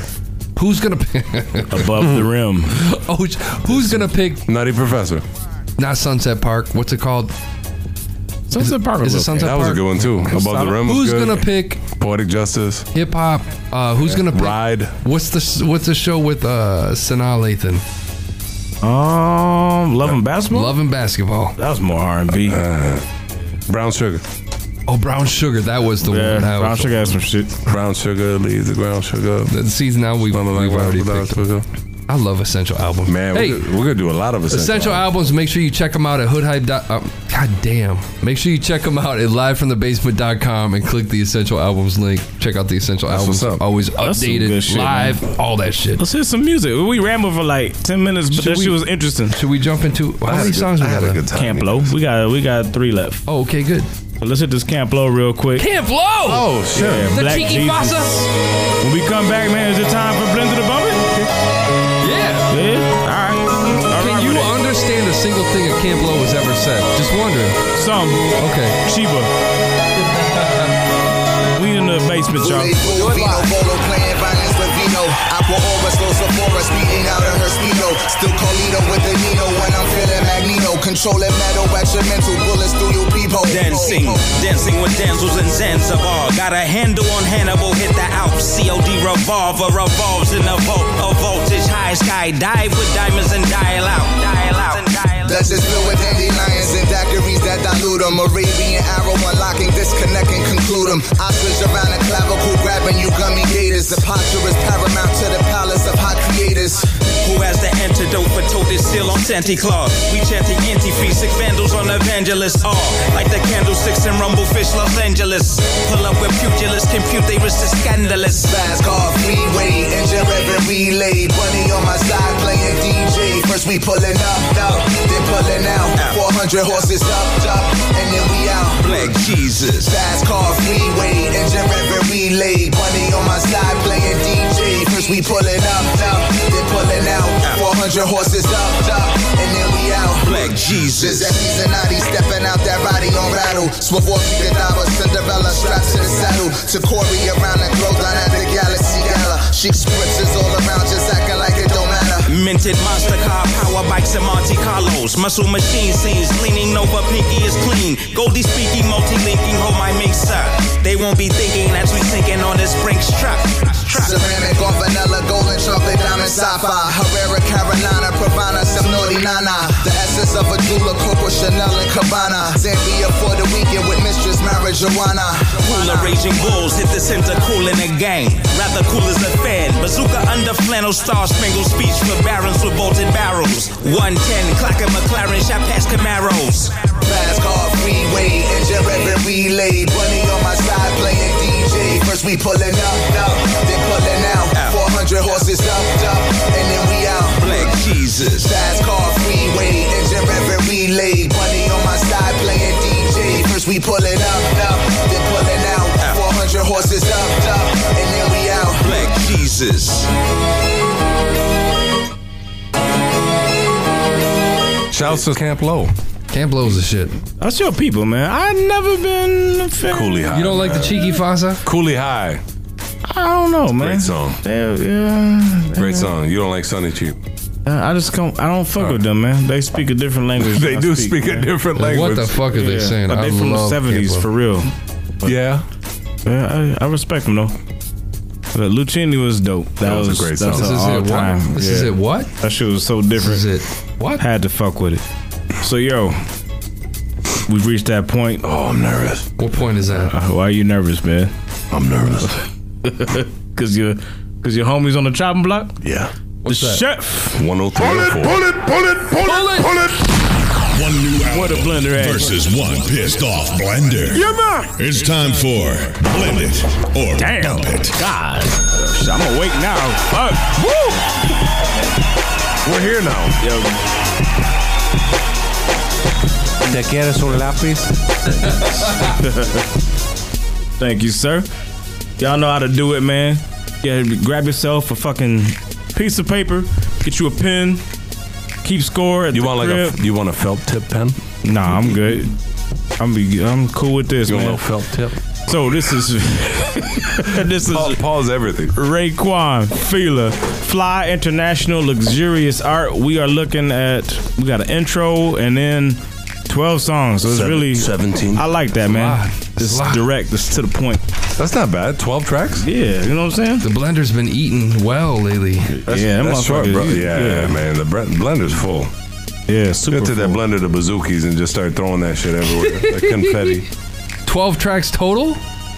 Who's gonna pick
Above the Rim?
Oh, sh- who's gonna pick
Nutty Professor?
Not Sunset Park. What's it called?
Sunset Park.
Is it
that
Sunset
was a
Park?
good one too. Above the rim. was
Who's
good.
gonna pick
Poetic Justice?
hip hop? Uh, who's gonna pick,
Ride?
What's the s- What's the show with uh, Sanaa Lathan?
Um, Love and Basketball.
Love and Basketball.
That was more R and B.
Uh, Brown Sugar.
Oh, Brown Sugar. That was the
Yeah,
one. That
Brown
was
Sugar had some shit.
Brown Sugar leaves the ground sugar.
The season now we, we've already picked. I love essential albums.
Man,
Hey.
we're, gonna, we're gonna do a lot of essential.
Essential albums. Make sure you check them out at hoodhype. dot- Uh, God damn. Make sure you check them out at livefromthebasement.com and click the essential albums link. Check out the essential albums.
what's up.
Always
That's some
updated,
good shit,
live, all that shit.
Let's hear some music. We rambled for like ten minutes, but
Should
that
we-
shit was interesting.
Should we jump into how
had
many
a good-
songs
I
we
had
got?
a
left?
good time.
Camp Low. We got we got three left.
Oh, okay, good.
So let's hit this Camp Low real quick.
Camp Low.
Oh shit!
Yeah,
the
Black
cheeky
Jesus.
fossa.
When we come back, man, is it time for Blend to the Bummer?
Yeah.
Yeah. All right. All
Can
right
you
with it.
understand a single thing a Camp Low has ever said? Just wondering.
some
Okay.
Sheba? we in the basement, y'all.
Blue Vino Bolo playing violence with Vino. Aqua Aura, slow Sephora, speeding out of her speedo. Still Colito with the Nino when I'm feeling Magneto. Controlling metal at your mental, bullets through your people.
Oh, Dancing, dancing with damsels in Zanzibar. Got a handle on Hannibal, hit the Alps. COD revolver revolves in a vault. A voltage high sky dive with diamonds and dial out, dial out, and dial out.
Let's just fill with dandelions and daiquiris that dilute 'em. Arabian arrow unlocking, disconnect and conclude 'em. Ostrich around a clavicle, grabbing you gummy gators. The posture is paramount to the palace of hot creators.
Who has the antidote for toted seal on Santa Claus? We chant the anti-feast, six vandals on evangelists. All like the candlesticks in Rumblefish, Los Angeles. Pull up with pugilists, compute they risk is scandalous.
Fast car freeway, engine revving relay. Bunny on my side playing DJ. First we pulling up, up, then pulling out. 400 horses up, up, and then we out.
Black Jesus.
Fast car freeway, engine revving relay. Bunny on my side playing DJ. First we pulling up, up, then pulling out. 400 horses up, up, and then we out.
Black Jesus.
Giuseppe's and Adi stepping out that body on rattle. Swarovski Godiva, Cinderella strapped to the saddle. To Corey around the globe, line at the Galaxy Gala. She spritzes all around, just acting like it don't matter.
Minted monster car, power bikes and Monte Carlos. Muscle machine scenes, leaning over, pinky is clean. Goldie speaky, multi-linking, hold my mixer. They won't be thinking as we sinking on this Frank's truck. truck.
Ceramic on vanilla, golden chocolate, diamond sapphire. Herrera, Carolina, Provana, some naughty nana. The essence of a jeweler, Coco Chanel and Cabana. Zambia for the weekend with mistress marijuana.
Cooler raging bulls hit the center, cool in a gang. Rather cool as a fan. Bazooka under flannel, star spangled speech for barons with bolted barrels. 110, clocking McLaren, shot past Camaros.
Fast car freeway, engine revving relay. Bunny on my side playing DJ. First we pulling up, up, then pulling out. 400 horses up, up, and then we out.
Black Jesus.
Fast car freeway, engine revving relay. Bunny on my side playing DJ. First we pulling up, up, then pulling out. 400 horses up, up, and then we out.
Black Jesus.
Shouts to Camp Low.
Camp Low's the shit.
That's your people, man. I never been a fan.
Coolie High.
You don't like the cheeky fossa?
Coolie High.
I don't know, man.
Great song.
Yeah, yeah.
Great song. You don't like Sunny Cheap.
I just don't. I don't fuck with them, man. They speak a different language.
They
than I
do speak a
man.
different
What
language.
the fuck are they
Yeah.
saying?
But
I
they from the
love Camp
seventies
Lo.
for real.
Yeah.
Yeah, I, I respect them though. But Lucini was dope. That,
was a
was
great
that's
song.
This
an
is it.
all-time.
What? This is
Yeah.
it. What?
That shit was so
This
different.
is it. What?
Had to fuck with it. So yo, we've reached that point. Uh,
Oh, I'm nervous.
What point is that?
Why are you nervous, man?
I'm nervous.
Cause you, cause your homies on the chopping block.
Yeah.
What's
the
that?
chef.
103 or 4.
Pull it!
One new
What a
album
blender eh? at.
versus one pissed off blender. Yeah, man. It's time for Blend It or
Damn.
Dump It.
God. I'm awake now. Fuck.
We're here now.
Yo.
¿Te quieres un lápiz?
Thank you, sir. Y'all know how to do it, man. Yeah, grab yourself a fucking piece of paper, get you a pen, keep score. At you want
like a-
like a you want a felt tip pen? Nah, I'm good. I'm be, I'm cool with this,
You want
man.
a little
felt tip? So this is this is
pause everything.
Raekwon Fila Fly International Luxurious Art. We are looking at we got an intro and then twelve songs. So it's
Seven-
really
seventeen.
I like that, man. It's
lot.
direct. It's to the point.
That's not bad. Twelve tracks.
Yeah, you know what I'm saying.
The blender's been eating well lately.
yeah, that's short, bro. Yeah, yeah, man. The bre- blender's full.
Yeah, super.
Get to that blender the bazookies and just start throwing that shit everywhere. like confetti.
12 tracks total?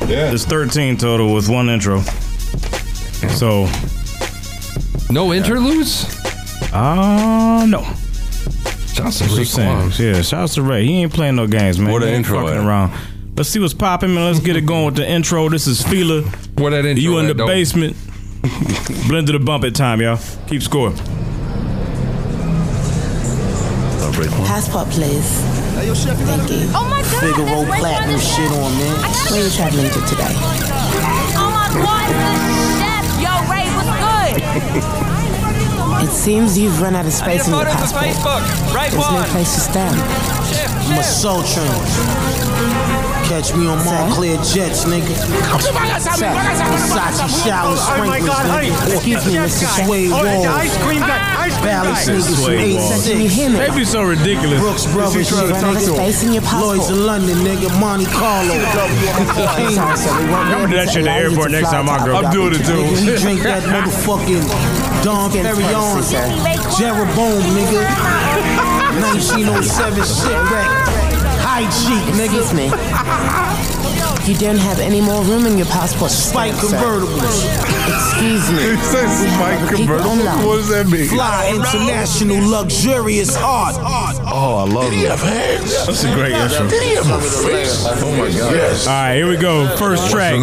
Yeah.
It's 13 total with one intro. So.
No interludes?
Ah, uh, no.
Shouts
That's what I'm saying. Yeah, shouts to Ray. He ain't playing no games, man.
Where the
He ain't
intro
fucking
at?
around. Let's see what's popping, man. Let's get it going with the intro. This is Fila.
Where that intro
You in
at,
the
though?
basement. Blend to the bump at time, y'all. Keep score.
Passport, please. Thank you. Oh my God! Figaro platinum shit on, man. Where you traveling to today?
Yo, Ray, what's good?
It seems you've run out of space in your passport.
Right
There's no place to stand.
I'm a soul train. Catch me on Montclair jets, nigga.
Sir.
Versace shower
Oh my
sprinklers,
God, hey,
nigga.
excuse me, Mr. Chef.
Suede
Oh,
walls.
the ice cream guy, ice cream
Balance
guy.
niggas from
Suede walls. Can you hear me?
86.
They be so
ridiculous.
Brooks
Is he trying to
Brothers,
talk
shit,
to
nigga.
him? Space in your passport.
Lloyd's in London, nigga. Monte Carlo.
Sorry, sir, we won't
Remember that shit at the airport next time I go. I'm doing it too.
Nigga, he drink that motherfucking Don
Skin's
Perignon,
courtesy, sir.
Jeroboam, nigga. 1907 shipwreck. High cheek, nigga.
Excuse me. You don't have any more room in your passport.
Spike convertibles.
Excuse me.
He says
We have
spike
other people
convertibles?
online.
What does that mean? Fly international luxurious art.
Oh, I love
Did he have
hands?
That's a great intro.
Did he have a
Oh my god.
All right, here we go. First track.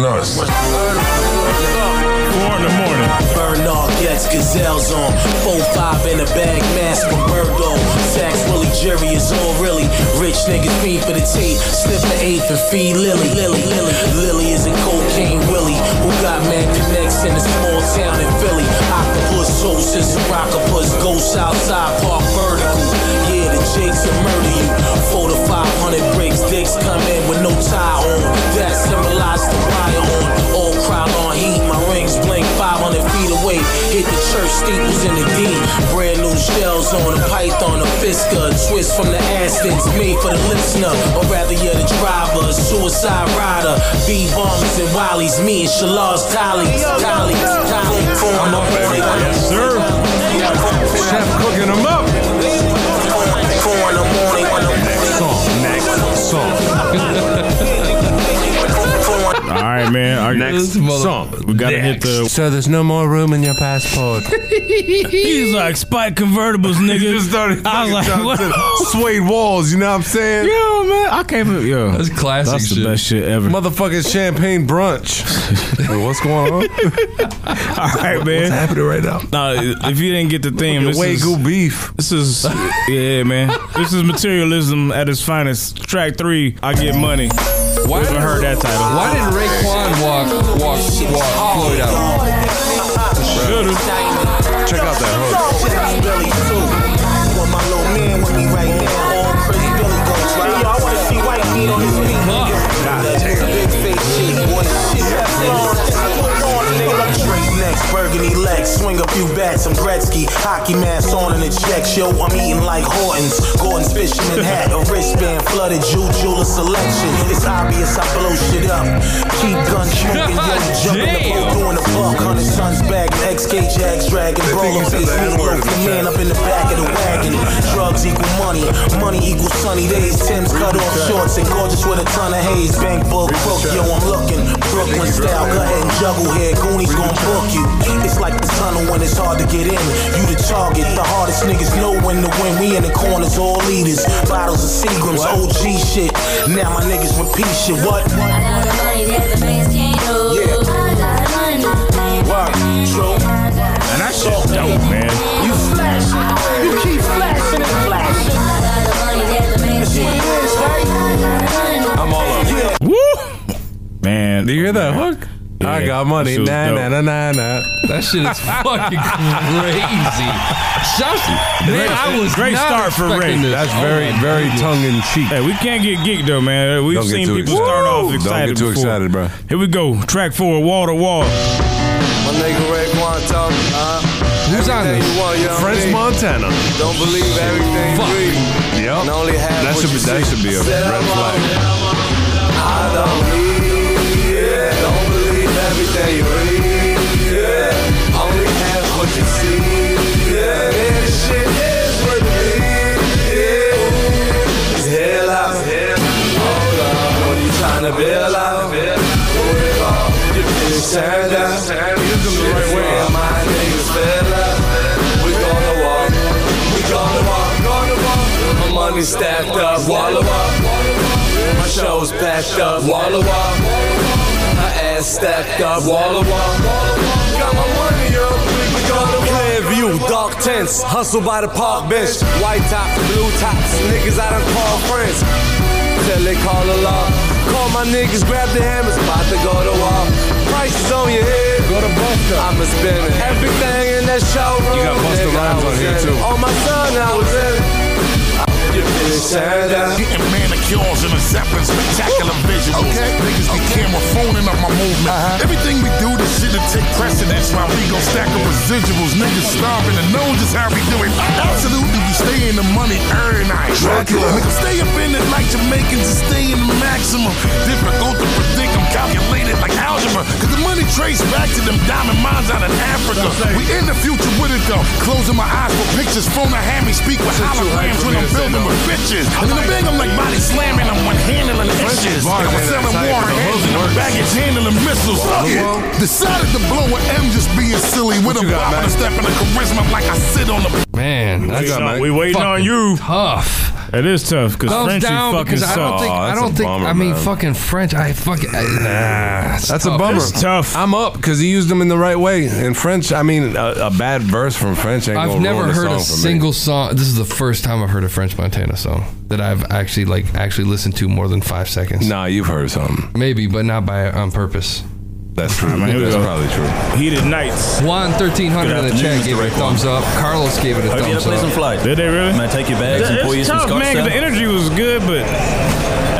Four in the morning.
Bernard gets gazelles on. Four five in a bag, mask from Virgo. Sacks, Willie, jury is all really. Rich niggas feed for the tea. Sniff the eighth and feed Lily. Lily, Lily. Lily is in cocaine Willie. Who got mad connects in a small town in Philly. Octopus, soul sister, rockopus. Ghosts outside, park vertical. Yeah, the jakes will murder you. Four to five hundred breaks. Dicks come in with no tie on. That symbolized the wire on. All crowd on heat. My rings blink 500 feet away. Hit the church steeples in the D. Brand new shells on a python, a fisker, a twist from the Astons. Made for the listener, or rather, you're the driver, a suicide rider. B bombs and Wally's, me and Shalaz colleagues. Colleagues, colleagues. I'm a boy. Yes, sir. Chef cooking them up.
Next
All right, man. Our next song. We gotta hit the.
So there's no more room in your passport.
He's like spike convertibles, nigga. I was like, what?
Suede walls, you know what I'm saying?
Yo, man, I can't believe yo. That's
classic
That's the best shit ever.
Motherfucking champagne brunch. Wait, what's going on?
All right, man. What's
happening right now?
No, if you didn't get the theme, this
Fucking
is
Wagyu beef.
This is yeah, man. This is materialism at its finest. Track three, I get money. Why haven't heard that title?
Why did Raekwon walk walk walk Floyd out?
Check out that hook.
Burgundy Lex, swing a few bats, I'm Gretzky. Hockey mask on and a check show, I'm eating like Hortons. Gordon's fisherman hat, a wristband, flooded Jew jeweler selection. It's obvious I blow shit up. Keep gun smoking, yo, jumping the boat, doing the buck. Hundred sons back, XK Jacks dragging, brawling face, me loaf, the man up in the back of the wagon. Drugs equal money, money equals sunny days. Tim's cut off shorts and gorgeous with a ton of haze. Bank book, crook, yo, I'm looking. Brooklyn style, go ahead and juggle here. Goonies gon' book you. It's like the tunnel when it's hard to get in. You the target, the hardest niggas know when to win. We in the corners, all leaders. Bottles of Seagrams, OG shit. Now my niggas repeat shit. What?
And that shit dope, man.
You flashing, you keep flashing and flashing. That's what it is.
Do you hear that hook? I got money. Na na na na na. That shit is
fucking crazy. Shouts- man, I was
great
not
start for Ray.
expecting this. Oh my goodness.
in cheek.
Hey, we can't get geek though, man. We've
Don't get
seen
too
people
excited.
start
Don't
off
get
excited.
too
before.
excited, bro.
Here we go. Track four, wall to wall.
My nigga Ray Quantum, uh,
Who's on
everything
this?
you want, you know what
French
I mean?
Montana.
Don't believe everything you read.
Yep.
And only half
That
what
should
you
be that
see.
should be a
Said
red
I'm
flag.
I don't need it. Don't believe everything you read. Yeah. Only half what you see. Yeah. This shit is what you need. Yeah. It's hell out. Hold up. What you trying to build out? Hold it up. Your bitch turned out. Shit from my niggas fell out. We gonna walk. We gonna walk. Gonna walk. My money stacked up. Wallow up. My show's packed up, wallow up. My ass stacked up, wallow up. Got my money up, we gonna Clear view, dark tents, hustle by the park bench. White tops, blue tops, niggas I done call friends. Till they call a law. Call my niggas, grab the hammers, about to go to war. Prices on your head, go to Buster. I'ma spend everything in that showroom.
You got Busta
nigga, I
Rhymes on
was
here,
in it.
too.
On my son, I was in it. Your bitch turned out.
Getting manicures and a Zeppelin, spectacular visuals. Niggas be camera phoning up my movement.
Uh-huh.
Everything we do, this shit'll take precedence. While we gon' stack up residuals, niggas starving and know just how we do it. Absolutely, we stay in the money every night.
Dracula.
Niggas stay up in it like Jamaicans and stay in the maximum. Difficult to predict, I'm calculated like algebra. Cause the money traced back to them diamond mines out in Africa. We in the future with it though. Closing my eyes for pictures, phone a hand me speak with holograms when I'm building with bitches. And in the bang, I'm like body slamming, I'm one handling inches. And I'm selling warrant hands and I'm baggage handling missiles. Fuck it. Decided to blow an M just being silly with a bomb and a step and a charisma like I sit on the.
Man, that's
we,
got my
we waiting
fucking
on you.
Tough.
That is tough because
Thumbs
Frenchie
down
fucking
because
sucks.
I don't think I don't think I mean fucking French. I fucking I, nah. it's
That's a
tough.
bummer. tough. I'm up because he used them in the right way. In French, I mean, a, a bad verse from French ain't
I've
gonna
never
ruin
heard
the song
a
for me.
single song. This is the first time I've heard a French Montana song that I've actually like actually listened to more than five seconds.
Nah, you've heard some.
Maybe, but not by on purpose.
That's true.
man, here we
That's
go.
probably true.
Heated nights.
Juan thirteen hundred in the chat gave it a thumbs up. Carlos gave it a
Hope you had a
thumbs
pleasant
up.
flight.
Did they really?
May I take your bags and
It's
pour you some
tough,
scotch?
man, 'cause the energy was good, but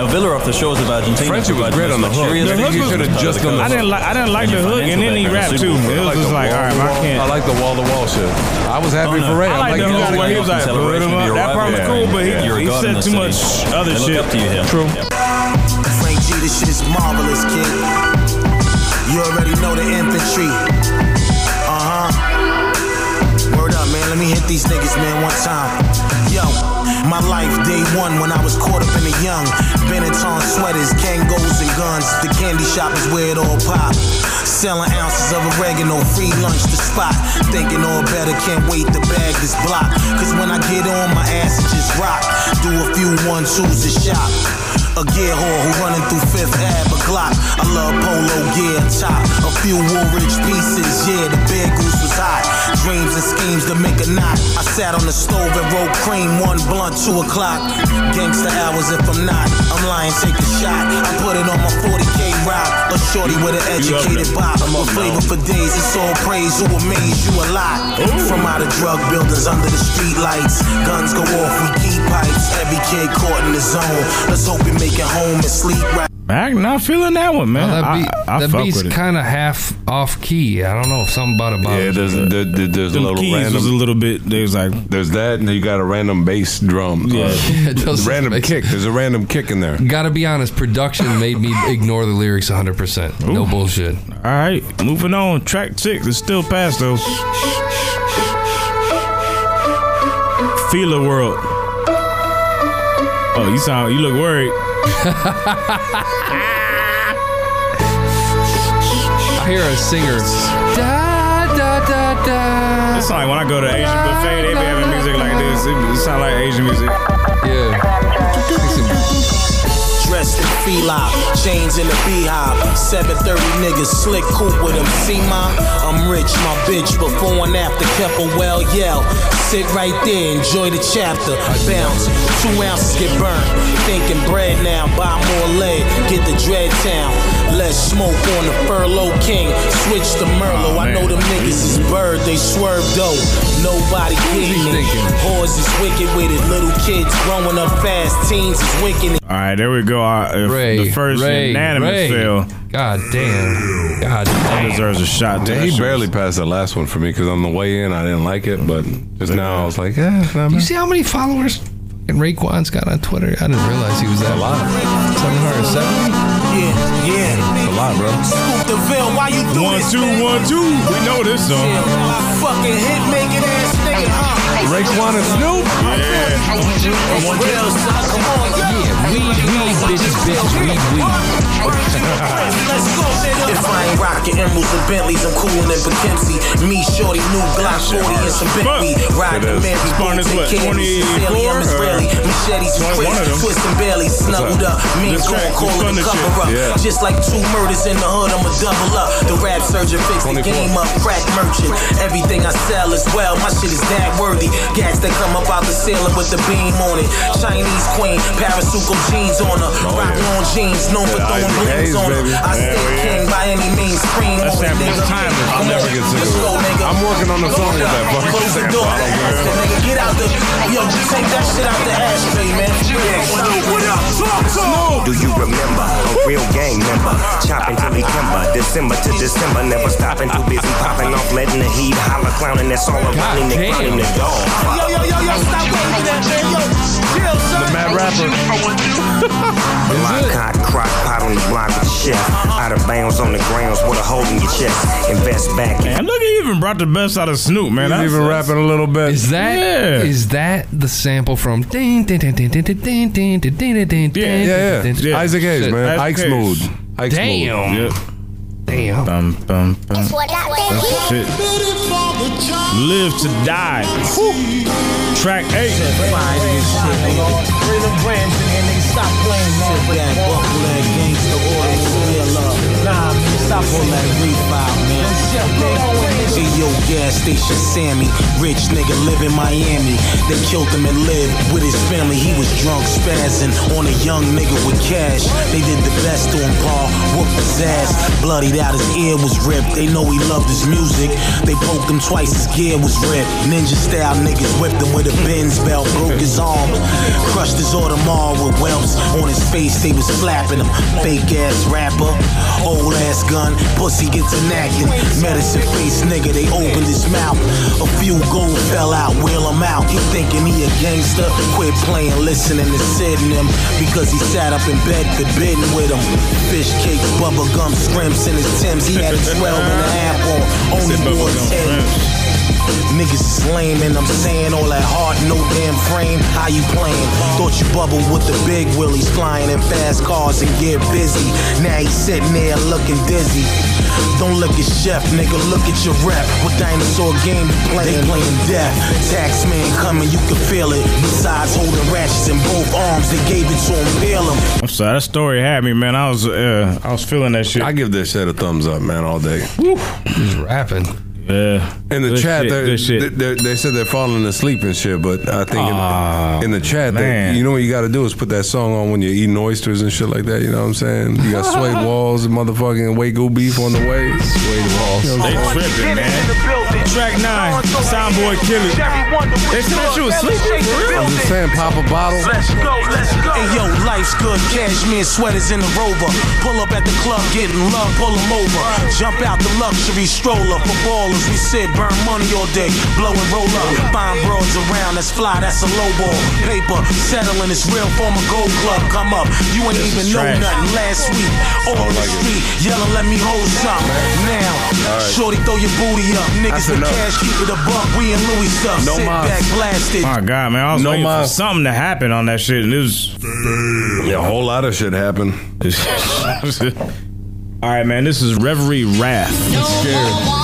Our villa off the shores of Argentina.
Frenchie was
provides
great
most
on the hook.
luxurious
The hook
vacation
was-
part of the
just
coast.
on the- I didn't like- I didn't like the
your
hook, and
financial
then he
background
rapped,
is
too.
super
It was
important.
just like, all right, I can't-
I like the wall to wall shit. I was happy
Oh, no.
for Ray.
I like the
you
whole
guys
way
got
he was
it.
like,
Celebration
"Bro,
of
that
your
part
arrival."
was
Yeah.
cool, but he-
You're a
he
god
said
in the
too much
city.
other
They look
shit.
up to you here.
True.
Frank G, this shit's marvelous, kid. You already know the infantry. Uh huh. Word up, man. Let me hit these niggas, man, one time. Yo, my life, day one, when I was caught up in the young. Benetton sweaters, Kangos and guns. The candy shop is where it all pop. Selling ounces of oregano, free lunch to spot. Thinking all better, can't wait to bag this block. Cause when I get on, my ass is just rock. Do a few one twos and shop. A gear whore who running through Fifth Ave, a Glock. I love polo gear top. A few Woolrich pieces, yeah, the big goose was hot. Dreams and schemes to make a knot. I sat on the stove and rolled cream, one blunt, two o'clock. Gangsta hours if I'm not. I'm lying, take a shot. I put it on my 40K rock. A shorty with an educated bop. With flavor for days, it's all praise. Who amaze you a lot. From out of drug buildings under the street lights. Guns go off, we keep pipes. Every kid caught in the zone. Let's hope we make it home and sleep right.
I'm not feeling that one, man.
Now, that
I-
beat,
I, I
that
fuck
beat's
with it.
kind of half off key. I don't know something about about
Yeah,
it.
there's there, there- there's a
Them
little
keys
random.
was a little bit. There's like
there's that, and then you got a random bass drum. Uh,
Yeah. It doesn't
random
make-
kick. There's a random kick in there.
Gotta be honest, production made me ignore the lyrics 100%. No bullshit.
All right, moving on. Track six is still past those. Feeler world. Oh, you sound. You look worried.
I hear a singer.
Da da da da.
It's like when I go to Asian buffet, they be having music like this. It, it sound like Asian music.
Yeah.
Dressed in feline. Chains in the beehive. 730 niggas slick cool with them. See my? I'm rich, my bitch. Before and after, kept a well yell. Sit right there, enjoy the chapter. Bounce. Two ounces get burned. Thinking bread now, buy more lead. Get the dread town. Let's smoke on the furlough king. Switch to Merlot. I know them niggas is bird. They swerve though. Nobody kidding me. Whores is wicked with it. Little kids growing up fast. Teens is wicked.
All right, there we go. Our, uh, the first
Ray,
unanimous
Ray.
fail.
God damn. God damn.
deserves a shot.
Yeah, he barely passed that last one for me because on the way in I didn't like it, but just now I was like, eh, it's not
You
bad.
see how many followers fucking Raekwon's got on Twitter? I didn't realize he was that a lot. 770?
Yeah, yeah.
A lot, bro.
Scoop the veil, why you do
One,
this?
two,
man?
one, two. We know this song.
Yeah, Fucking hit making ass nigga, huh?
Raekwon and Snoop?
Yeah. One real son, come on, yeah. Weed, weed, bitches, bitch, weed, weed. Let's go, nigga. If I ain't rockin' emeralds and Bentleys, I'm coolin' in Poughkeepsie. Me, shorty, new Glock 40 and some Bentley. Riding Mary,
Spawn is
Boots and
what,
candy.
24
I'm Israeli.
or-
Machetes,
One- one of them.
Chris, twistin' belly, snuggled
up?
up. Me and
This
Gold
track, this
callin'
Thunder
the
shit.
cover up.
Yeah.
Just like two murders in the hood, I'ma double up. The rap surgeon fixed the game up, crack merchant. Everything I sell is well, my shit is that worthy. Gas that come up out the ceiling with the beam on it. Chinese queen, parasuco jeans on her.
Oh,
Rock long jeans, known for throwing blings on her. I stay king by any means, scream on it, nigga.
I'll never get sick of it. I'm working on the song with that fucking thing.
Nigga, get out the, yo, take that shit out the ashtray, man. What up, talk to
Do you remember a real gang member? Chopping till he timber, December to December, never stopping, too busy popping off, letting the heat holler, clowning. That's all around him, they clowning the dog.
Yo, yo, yo, yo, stop waving that, man. Yo, chill, son. The mad rapper.
Block cock, crock pot on the block with the chef. Out of bounds on the grounds with a hole in your chest. Invest back in
And look, he even brought the best out of Snoop, man. He's even rapping
a little bit.
Is that
Yeah.
is that the sample from ding ding ding ding ding ding ding ding ding ding ding
Yeah, yeah, yeah. Isaac Hayes, man. Ike's mood. Ike's
Damn.
mood.
Damn.
Bum, bum, bum. That's shit. Live to die. Woo. Track eight.
Rhythm brands in here, nigga, stop playing shit for that buckle that gangsta order real love. Nah, man, stop all that refile, man. Hey, yo, gas station Sammy, rich nigga live in Miami. They killed him and lived with his family. He was drunk, spazzing on a young nigga with cash. They did the best to him, Paul, whooped his ass. Bloodied out, his ear was ripped. They know he loved his music. They poked him twice, his gear was ripped. Ninja style niggas whipped him with a Benz belt, broke his arm. Crushed his Audemars with whelps on his face. They was slapping him. Fake ass rapper, old ass gun. Pussy gets an acting. Medicine face nigga, they opened his mouth. A few gold fell out, wheel him out. He thinking he a gangster. Quit playing, listening to Sid and him because he sat up in bed forbidden with him. Fish cakes, bubble gum, scrimps in his Timbs. He had a 12 and a half on, only wore 10. Niggas is lame and I'm saying all that hard, no damn frame. How you playing? Thought you bubble with the big willies flying in fast cars and get busy. Now he sitting there looking dizzy. Don't look at chef, nigga, look at your rep. What dinosaur game you playing? They playing death. Tax man coming, you can feel it. Besides holding ratchets in both arms, they gave it to him, feel him.
I'm sorry, that story had me, man. I was, uh, I was feeling that shit. I
give this shit a thumbs up, man, all day.
He's rapping.
Yeah.
In the
Good
chat,
shit,
they're,
good shit.
They're, they said they're falling asleep and shit, but I think in-
Ah,
in, the chat, they,
Oh, man.
you know what you got to do is put that song on when you're eating oysters and shit like that. You know what I'm saying? You got Sway Walls and motherfucking Wago Beef on the way. Sway Walls.
They tripping, man. Track nine, Soundboy Killer. They said that you was sleeping. for real?
I'm just saying, pop a bottle.
Let's go, let's go. Hey, yo, life's good. Cashmere sweaters in the rover. Pull up at the club, getting love, pull 'em over. Jump out the luxury stroller for ballers. We sit, burn money all day, blow and roll up. Find broads around, that's fly, that's a low ball. Paper, settling, it's real form of gold club. Come up, you ain't
This
even
is
know
trash.
nothing last week. All on the street, yelling, let me hold something. Now,
right.
shorty, throw your booty up. Niggas
That's
with
enough.
cash, keep it a buck. We in Louis stuff.
No
Sit
mas.
back, blast it.
My God, man, I was
No
waiting for
mas.
something to happen on that shit, and it was
Yeah, a whole lot of shit happened.
All right, man, this is Reverie Wrath.
Woo-hoo.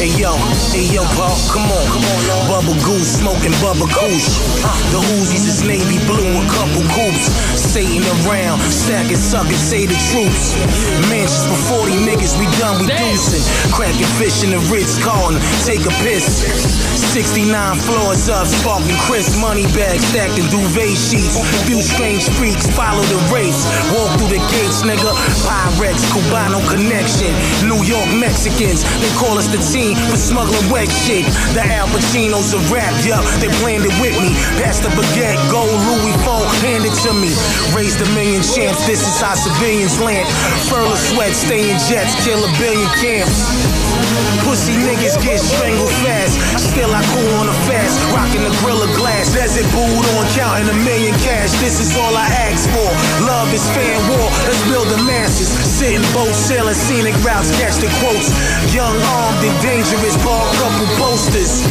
Hey yo, hey yo, Paul, come on, come on, y'all. Bubble goose, smoking bubble goose. The Uzis is navy blue, a couple coops. Satan around, stacking suckers, say the troops. Mansions for 40 niggas, we done, we deucing. Cracking fish in the Ritz, calling, take a piss. 69 floors up, sparking crisp money bags, stacking duvet sheets. Few strange freaks follow the race. Walk through the gates, nigga. Pyrex, Cubano connection. New York Mexicans, they call us the team for smuggling wet shit. The Al Pacinos a rap, yup. They planned it with me. Pass the baguette, gold Louis phone, hand it to me. Raised a million champs, this is our civilians' land. Furl of sweat, stay in jets, kill a billion camps. Pussy niggas get strangled fast. Still I cool on the fast, rocking the gorilla glass. Desert booed on counting a million cash. This is all I ask for. Love is fan war. Let's build the masses. Sitting boats, sailing scenic routes, catch the quotes. Young, armed, and dangerous. Ball couple posters.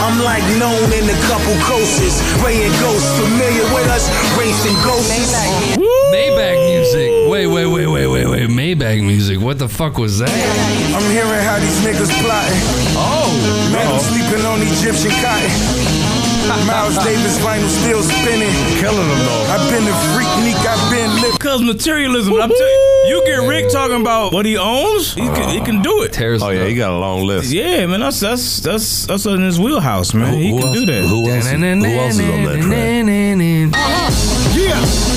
I'm like known in a couple coasters. Ray and Ghost, familiar with us. Racing ghosts.
Maybach music. Wait, wait, wait, wait, wait, wait. Maybach music. What the fuck was that?
I'm hearing how these niggas plotting. Oh, man, I'm sleeping on Egyptian cotton. Miles Davis vinyl still spinning. Killing them though. I've been a freak, Neek. I've been lit.
Cause materialism. I'm tell- you get Rick talking about what he owns. He can, he can do it.
oh yeah, he got a long list.
Yeah, man. That's that's that's that's in his wheelhouse, man. he can do that. Who else? Who else is on that
Yeah,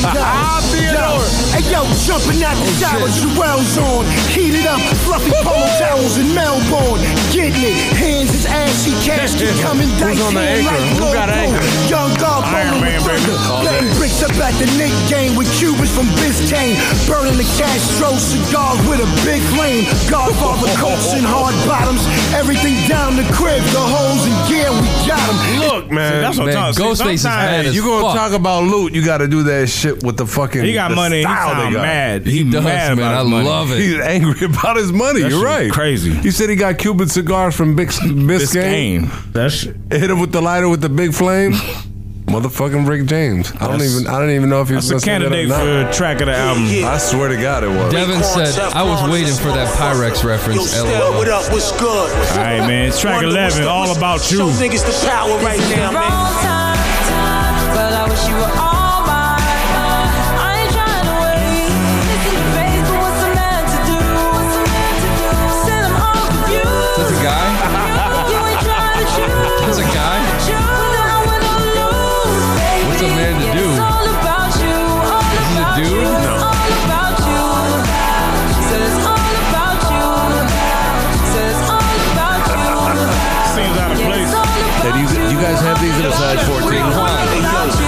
Ah,
Theodore. Hey yo, jumping out the tower, Jewel's on. Heated up, fluffy polo towels in Melbourne. Getting it, hands is ashy, cash keep coming dice.
on the
hand
anchor?
like
Who got
Goku.
anchor?
Young God, Iron Man, baby. Letting bricks up at the Nick game with Cubans from Biscayne. Burning the Castro cigars with a big flame. Godfather coats and hard bottoms. Everything down the crib, the holes and gear, we got 'em.
Look,
Man,
as
You gonna
fuck.
talk about loot? You got to do that shit with the fucking.
He got
the
money, he
style they
sound
got.
mad. He He does, mad man, about his I money. love it.
He's angry about his money.
That
You're
shit
right.
crazy.
He said he got Cuban cigars from Bis- Biscayne.
Biscayne. That shit.
Hit him with the lighter with the big flame. Motherfucking Rick James. I don't
That's-
even. I don't even know if he was
that's a
messing that up or
candidate
not.
for track of the album.
I swear to God, it was.
Devin said, I was waiting for that Pyrex reference.
Yo,
LOL.
what up? What's good? All
right, man. It's track 11, all about you.
Show niggas the power right now, man.
But I wish you were all mine. I ain't trying to wait. Listen to faith, but what's a man to do? What's a man to do? Said I'm all confused.
That's a guy?
You ain't trying to choose.
That's a guy? What's a man to do?
All about you. All about
dude?
you.
No.
All about you. Said it's all about you. Said it's all about you.
Seems out of place.
you, guys have these in a size 14?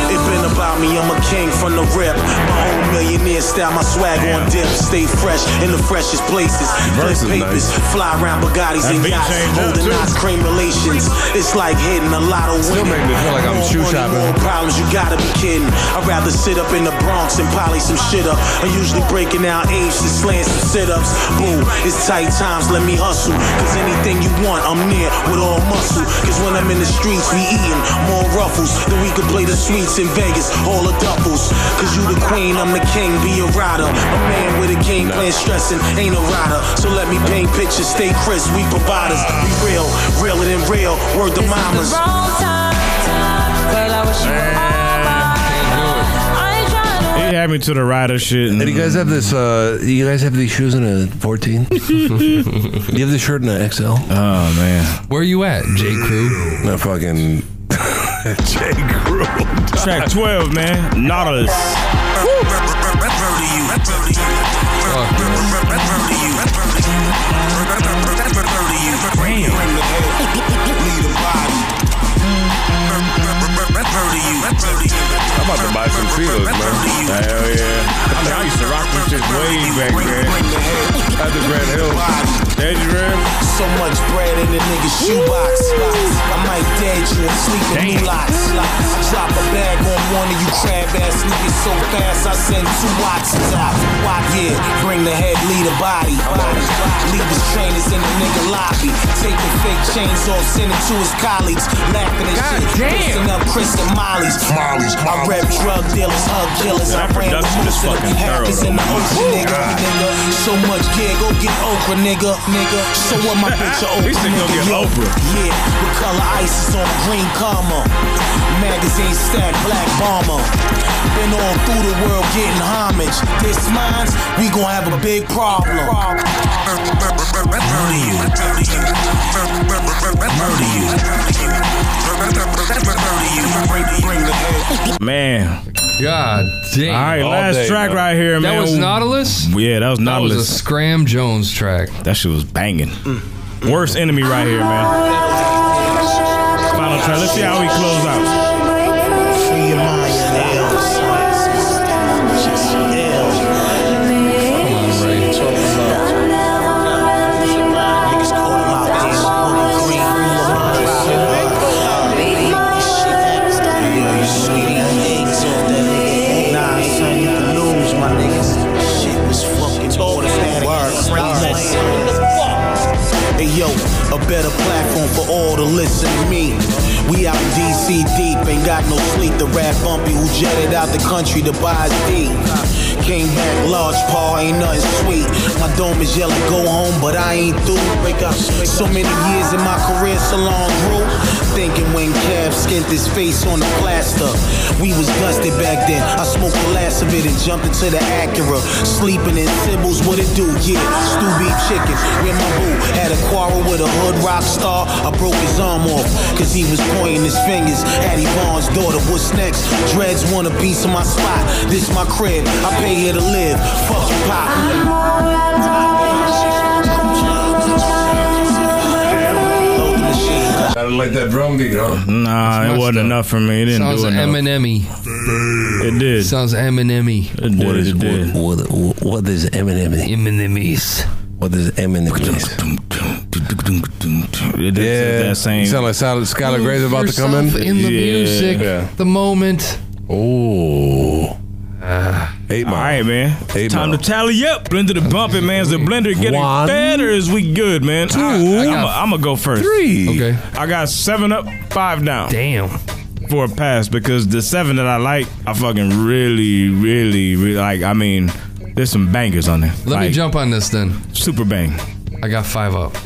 It been about me, I'm a king from the rip. My whole millionaire style, my swag on dip. Stay fresh in the freshest places. Flip
Verse is
papers, fly around Bugattis
That
and
beat
yachts.
changed up,
Holding
too.
ice cream relations. It's like hitting a lot of
Still
women.
make me feel like I'm
More
shoe
money,
shopping.
more problems, you gotta be kidding. I'd rather sit up in the Bronx and poly some shit up. I'm usually breaking down apes and slaying some sit ups. Boo, it's tight times, let me hustle. Cause anything you want, I'm near with all muscle. Cause when I'm in the streets, we eating more ruffles. Then we can play the sweets in Vegas, all the doubles. Cause you the queen, I'm the king, be a rider. A man with a game plan, stressing, ain't a rider. So let me paint pictures, stay crisp, we providers. Be real, realer than real, word to mamas.
But I wish you were all mine. I ain't trying to
He had me to the rider shit. And
you guys have this. Uh, you guys have these shoes in a fourteen. you have this shirt in a XL.
Oh man,
Where you at, J. Crew?
No fucking. J. Crew.
Track 12, man. Nautilus.
I'm about to buy some Filos, man. Hell yeah.
I mean, I used to rock this shit way back then.
At the Grand Hill.
So much bread in the nigga's shoebox. I might dead you and sleep in lots. slots. Drop a bag on one of you crab ass niggas so fast I send two watts out. Why yeah, bring the head, lead the body. body. Leave his trainers in the nigga lobby. Take the fake chains off, send it to his colleagues. Laughing at shit, fixing up Chris and Molly's. Molly's, I rep drug dealers, hug killers. I ran the most of the hackers in the ocean, nigga. nigga. So much gear, go get Oprah, nigga. Nigga, show up my bitch of Oprah, nigga. yo. Yeah, the color ice is on green karma. Magazine stack, black bomber. Been all through the world getting homage. This mine's, we gon' have a big problem. Murder you. Murder you.
Man.
God damn.
All right, last track right here, man.
That was Nautilus?
Yeah, that was
That was
Nautilus.
a Scram Jones track.
That shit was banging. Worst enemy right here, man. Final track. Let's see how we close out.
Free your mind, your nails. Just ill. Niggas call him out, this Booty Green. Free your mind, your nails. Yeah, you sweetie, eggs on that nigga. Nah, son, you can lose, my niggas. Shit was fucking automatic. Hey yo, a better platform for all to listen to me. We out in DC deep, ain't got no sleep. The rap bumpy who jetted out the country to buy his deed. Came back large, Paul ain't nothing sweet. My dome is yelling, go home, but I ain't through. Break up. So many years in my career, so long grew. Thinking when Cab skint his face on the plaster. We was dusted back then. I smoked the last of it and jumped into the Acura. Sleeping in Sybil's, what it do? Yeah, stew beef chicken. Where my boo had a quarrel with a hood rock star. I broke his arm off, cause he was pointing his fingers at Yvonne's daughter. What's next? Dreads want a piece of my spot. This my crib. I pay here to live. Fuck your pop.
I don't like that drum beat, huh?
Nah, it wasn't enough for me. It didn't
Sounds
do enough.
Eminem
It did.
Sounds Eminem
It did.
What is
it did.
what, what, what is Eminem?
Eminemies.
What is Eminem?
It
yeah.
that same-
You sound like Skylar, Skylar Gray's about to come in.
Yourself in the music,
Yeah.
the moment.
Oh. Eight
All right, man.
Eight
Time to tally up. Blender the bumping, man. Is the blender getting
One.
better? Is we good, man? Two. I'm gonna go first.
Three.
Okay.
I got seven up, five down.
Damn.
For a pass because the seven that I like, I fucking really, really, really like. I mean, there's some bangers on there.
Let me jump on this then.
Super bang.
I got five up.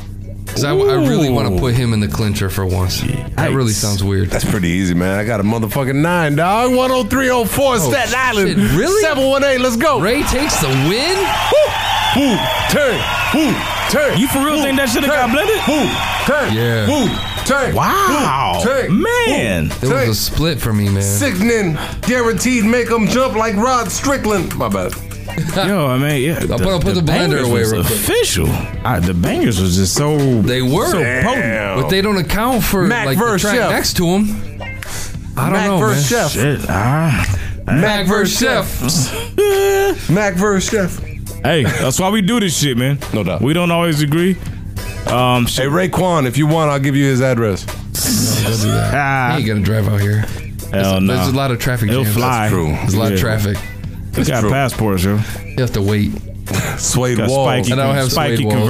Because I, I really want to put him in the clincher for once. That really sounds weird.
That's pretty easy, man. I got a motherfucking nine, dog. 10304 Staten Island.
Oh, really?
718, let's go.
Ray takes the win?
Woo! Woo! Turn! Woo! Turn!
You for real think that should have got blended?
Woo! Turn!
Yeah.
Woo! Turn!
Wow.
Woo! Turn!
Man.
There was a split for me, man.
Sickening. Guaranteed make them jump like Rod Strickland. My bad.
Yo, I mean, yeah.
I'll put- I'll put the blender
bangers
away
was
real quick.
official. I, the bangers was just so
They were.
so potent.
But they don't account for
Mac
like the
versus
track
Chef.
next to him. I don't
Mac
know,
versus
man.
Chef.
Shit. Ah.
Mac versus Chef. Mac versus Chef.
Hey, that's why we do this shit, man.
No doubt.
We don't always agree. Um,
Hey,
shit.
Raekwon, if you want, I'll give you his address.
Don't do that.
Ah,
Ah. He ain't gonna drive out here.
hell no.
There's a lot of traffic
He'll
jams.
fly.
true.
There's a lot of
Yeah.
traffic.
You got
true.
passports, yo.
You have to wait.
Suede
Got
Walls.
spiky,
I don't have
spiky
suede walls.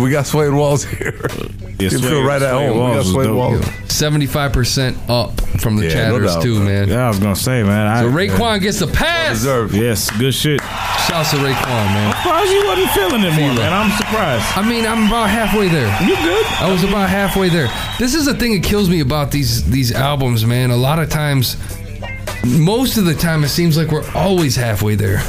We got suede walls here.
Yeah,
you
suede-
feel right at
suede
home. We got
walls is
suede
dope,
walls.
yo.
Seventy-five percent up from the
Yeah, no
chatters
doubt,
too, man.
Yeah, I was gonna say, man. I,
So Raekwon gets the pass.
Deserve.
Yes, good shit.
Shouts to Raekwon, man.
Surprised you wasn't feeling it more,
Feel it.
man. I'm surprised.
I mean, I'm about halfway there.
You good?
I was about halfway there. This is the thing that kills me about these these albums, man. A lot of times, most of the time, it seems like we're always halfway there.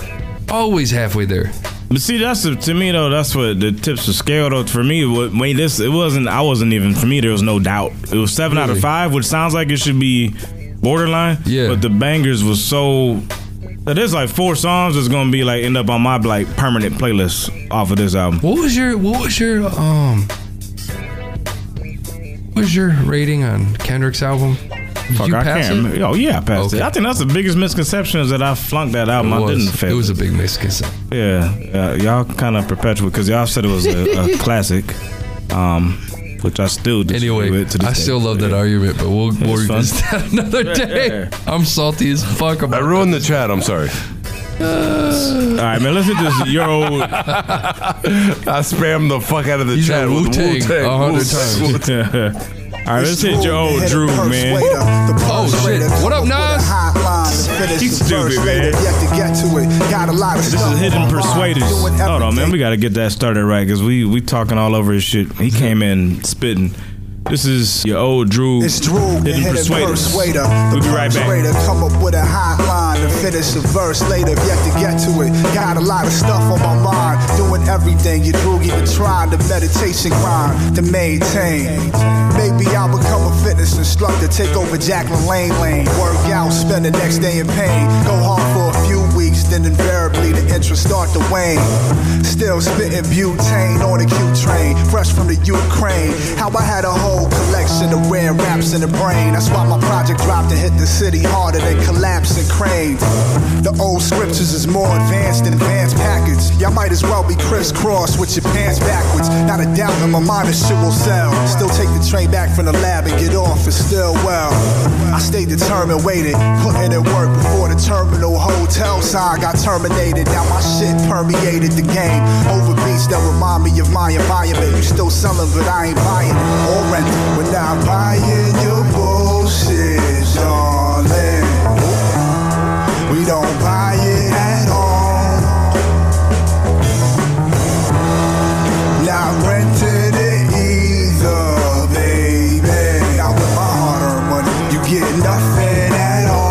Always halfway there.
But see, that's the, to me though. That's what the tips of scale though. For me, what- when this it wasn't. I wasn't even for me. There was no doubt. It was seven out of
Really?
five, which sounds like it should be borderline.
Yeah.
But the bangers was so. Now, There's like four songs that's gonna be like end up on my like permanent playlist off of this album.
What was your What was your um? What was your rating on Kendrick's album? Did
Fuck,
you
I
pass
can't. remember.
it?
Oh yeah, I passed it.
Okay.
I think that's the biggest misconception is that I flunked that
It
album. I
was.
didn't fail.
It was a big misconception.
Yeah, uh, y'all kind of perpetual because y'all said it was a, a classic. Um, which I still disagree anyway, with. To this
I
day.
still love that argument, but we'll
It
we'll
was fun.
revisit that another day. I'm salty as fuck. About I ruined the chat. I'm sorry.
All
Uh,
right, man. Listen to this Euro.
I spammed the fuck out of the
He's
chat
a
with
Wu-Tang
Wu-Tang.
a hundred
Wu-
times. All right, let's hit your old Drew, man.
Oh shit! What up, Nas?
He's stupid,
Yet
man.
to get to it. Got a lot of
This is Hidden Persuaders. Hold on, man. We got to get that started right because we we talking all over his shit. He came in spitting. This is your old Drew.
It's Drew, the
Hidden
hidden
Persuaders.
persuader.
We'll
The
be right back.
persuader come up with a hotline to finish a verse later. Yet to get to it. Got a lot of stuff on my mind. Doing everything you do, even trying the meditation grind to maintain. Maybe I'll become a fitness instructor, take over Jacqueline Lane Lane. Work out, spend the next day in pain. Go hard for a few weeks, then invariably the interest start to wane. Still spitting butane on the Q train, fresh from the Ukraine. How I had a whole collection of rare raps in the brain. That's why my project dropped and hit the city harder than collapsing cranes. The old scriptures is more advanced than advanced package. Y'all might as well be crisscross with your pants backwards. Not a doubt in my mind that shit will sell. Still take the train back from the lab and get off. It's still well. I stayed determined, waited, putting in work before the terminal hotel sign got terminated. Now my shit permeated the game. Over beats that remind me of my environment. You still selling, but I ain't buying or renting. When I'm buying your bullshit, darling. We don't buy it at all. Not rented it either, baby. Now with my hard-earned money, you get nothing at all.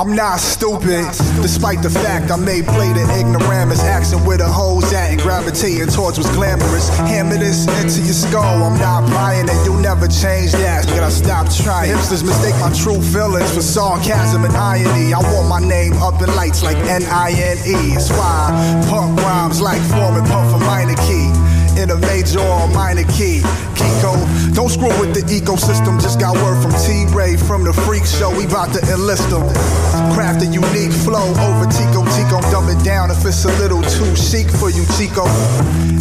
I'm not stupid, despite the fact I may play the ignoramus, asking where the hoes at and gravitating towards what's glamorous. Hammer this into your skull, I'm not buying it, you'll never change that. But I stop trying. Hipsters mistake my true feelings for sarcasm and irony. I want my name up in lights like N-I-N-E. It's E. why punk rhymes like form and pump for minor key in a major or minor key. Kiko, don't screw with the ecosystem. Just got word from T Ray from the Freak Show. We about to enlist them. Craft a unique flow over Tico Tico. Dumb it down if it's a little too chic for you, Chico.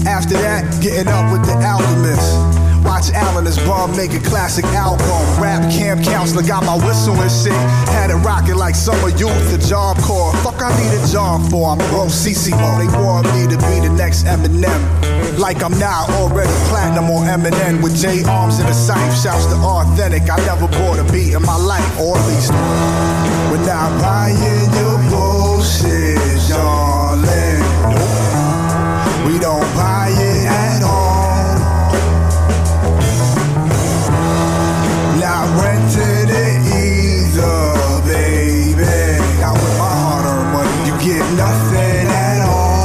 After that, getting up with the alchemist. Watch Alan his bum make a classic album. Rap camp counselor got my whistle and shit. Had it rocking like summer youth, the job corps. Fuck, I need a job for. I'm broke CCO. They want me to be the next Eminem. Like I'm now already platinum on Eminem with J arms in a safe. Shouts to authentic. I never bought a beat in my life, or at least when I'm buying your bullshit, darling. We don't buy it at all. Not rented it either, baby. Now with my hard-earned money, you get nothing at all.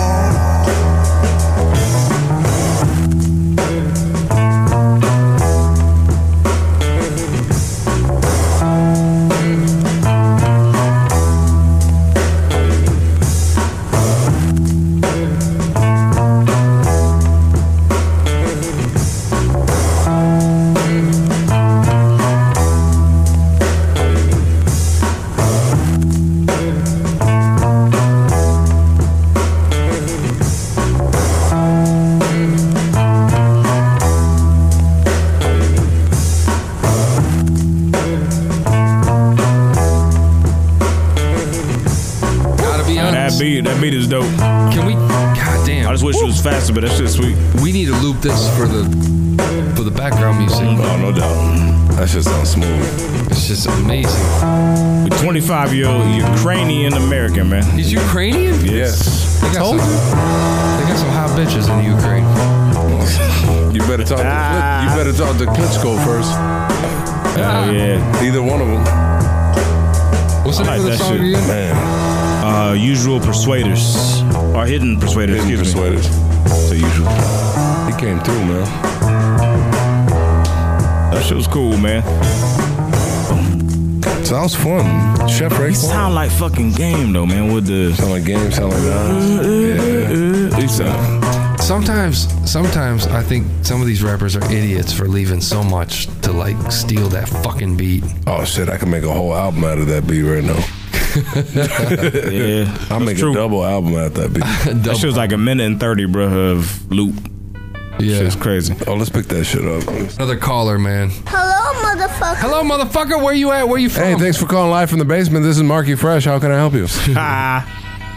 Gotta be honest.
That beat, that beat is dope.
Can we? God damn.
I just wish it was faster, but that's just sweet.
We need to loop this for the for the background music. Oh no doubt. That shit sounds smooth. It's just amazing.
A 25 year old Ukrainian American, man.
He's Ukrainian?
Yes.
They got some, they got some hot bitches in Ukraine.
You better talk. To, Klit- you better talk to Klitschko first.
Ah. Oh yeah.
Either one of them.
What's
the
I
name of the song again?
Man. Uh, usual persuaders or hidden persuaders. Hidden
persuaders.
So usual.
He came through, man.
That shit was cool, man.
Sounds fun. Chef Ray.
You sound like fucking game though, man. With the
sound like game, sound like uh, that.
Yeah. sound.
Sometimes, sometimes I think some of these rappers are idiots for leaving so much to like steal that fucking beat.
Oh shit! I can make a whole album out of that beat right now.
yeah,
I'll make a double album out of that beat.
That shit was like a minute and thirty, bro, of loop.
Yeah.
Shit's crazy.
Oh, let's pick that shit up.
Another caller, man.
Hello, motherfucker.
Hello, motherfucker. Where you at? Where you
Hey, thanks for calling live from the basement. This is Marky Fresh. How can I help you?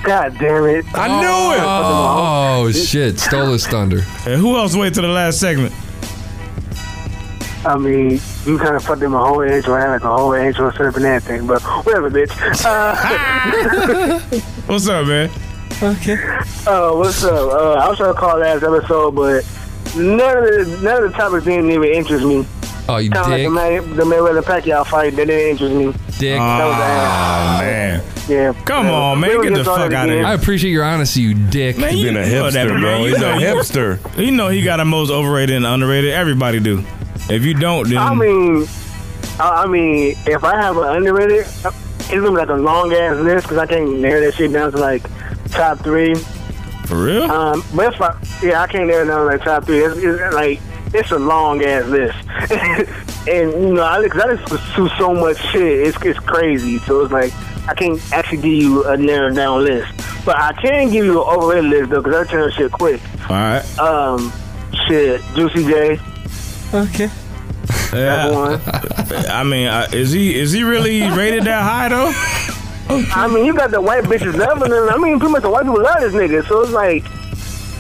God damn it.
I
knew it.
Oh shit! Stole his thunder.
Hey, who else waited to the last segment?
I mean, you kind of fucked in my whole intro. I had like a whole intro set up and everything, but whatever, bitch. Uh,
What's up, man?
okay. Uh, what's up? Uh, I was trying to call last episode, but none of the none of the topics didn't even interest me.
Oh, you
Kind of like the,
dick.
May, the Mayweather Pacquiao fight that didn't interest me.
Dick.
That was
Oh,
uh, ass.
man.
Yeah.
Ah, Come
Yeah.
on, man.
We were
Get the
just on
fuck
it
out of
again.
here.
I appreciate your honesty, you dick.
Man, you know that, man. You know- He know he got the most overrated and underrated. Everybody do. If you don't, then
I mean, I I mean, if I have an underrated, it's gonna be like a long ass list because I can't narrow that shit down to like top three.
for real.
Um, but if I, yeah, I can't narrow it down to like top three. It's, it's like it's a long ass list, and you know, I because I just pursue so much shit, it's it's crazy. So it's like I can't actually give you a narrowed down list, but I can give you an overrated list though because I turn shit quick.
All right.
Um, shit, Juicy J.
Okay. Yeah. I mean, uh, is he is he really rated that high though?
I mean, you got the white bitches loving him. I mean, pretty much the white people love this nigga. So it's like,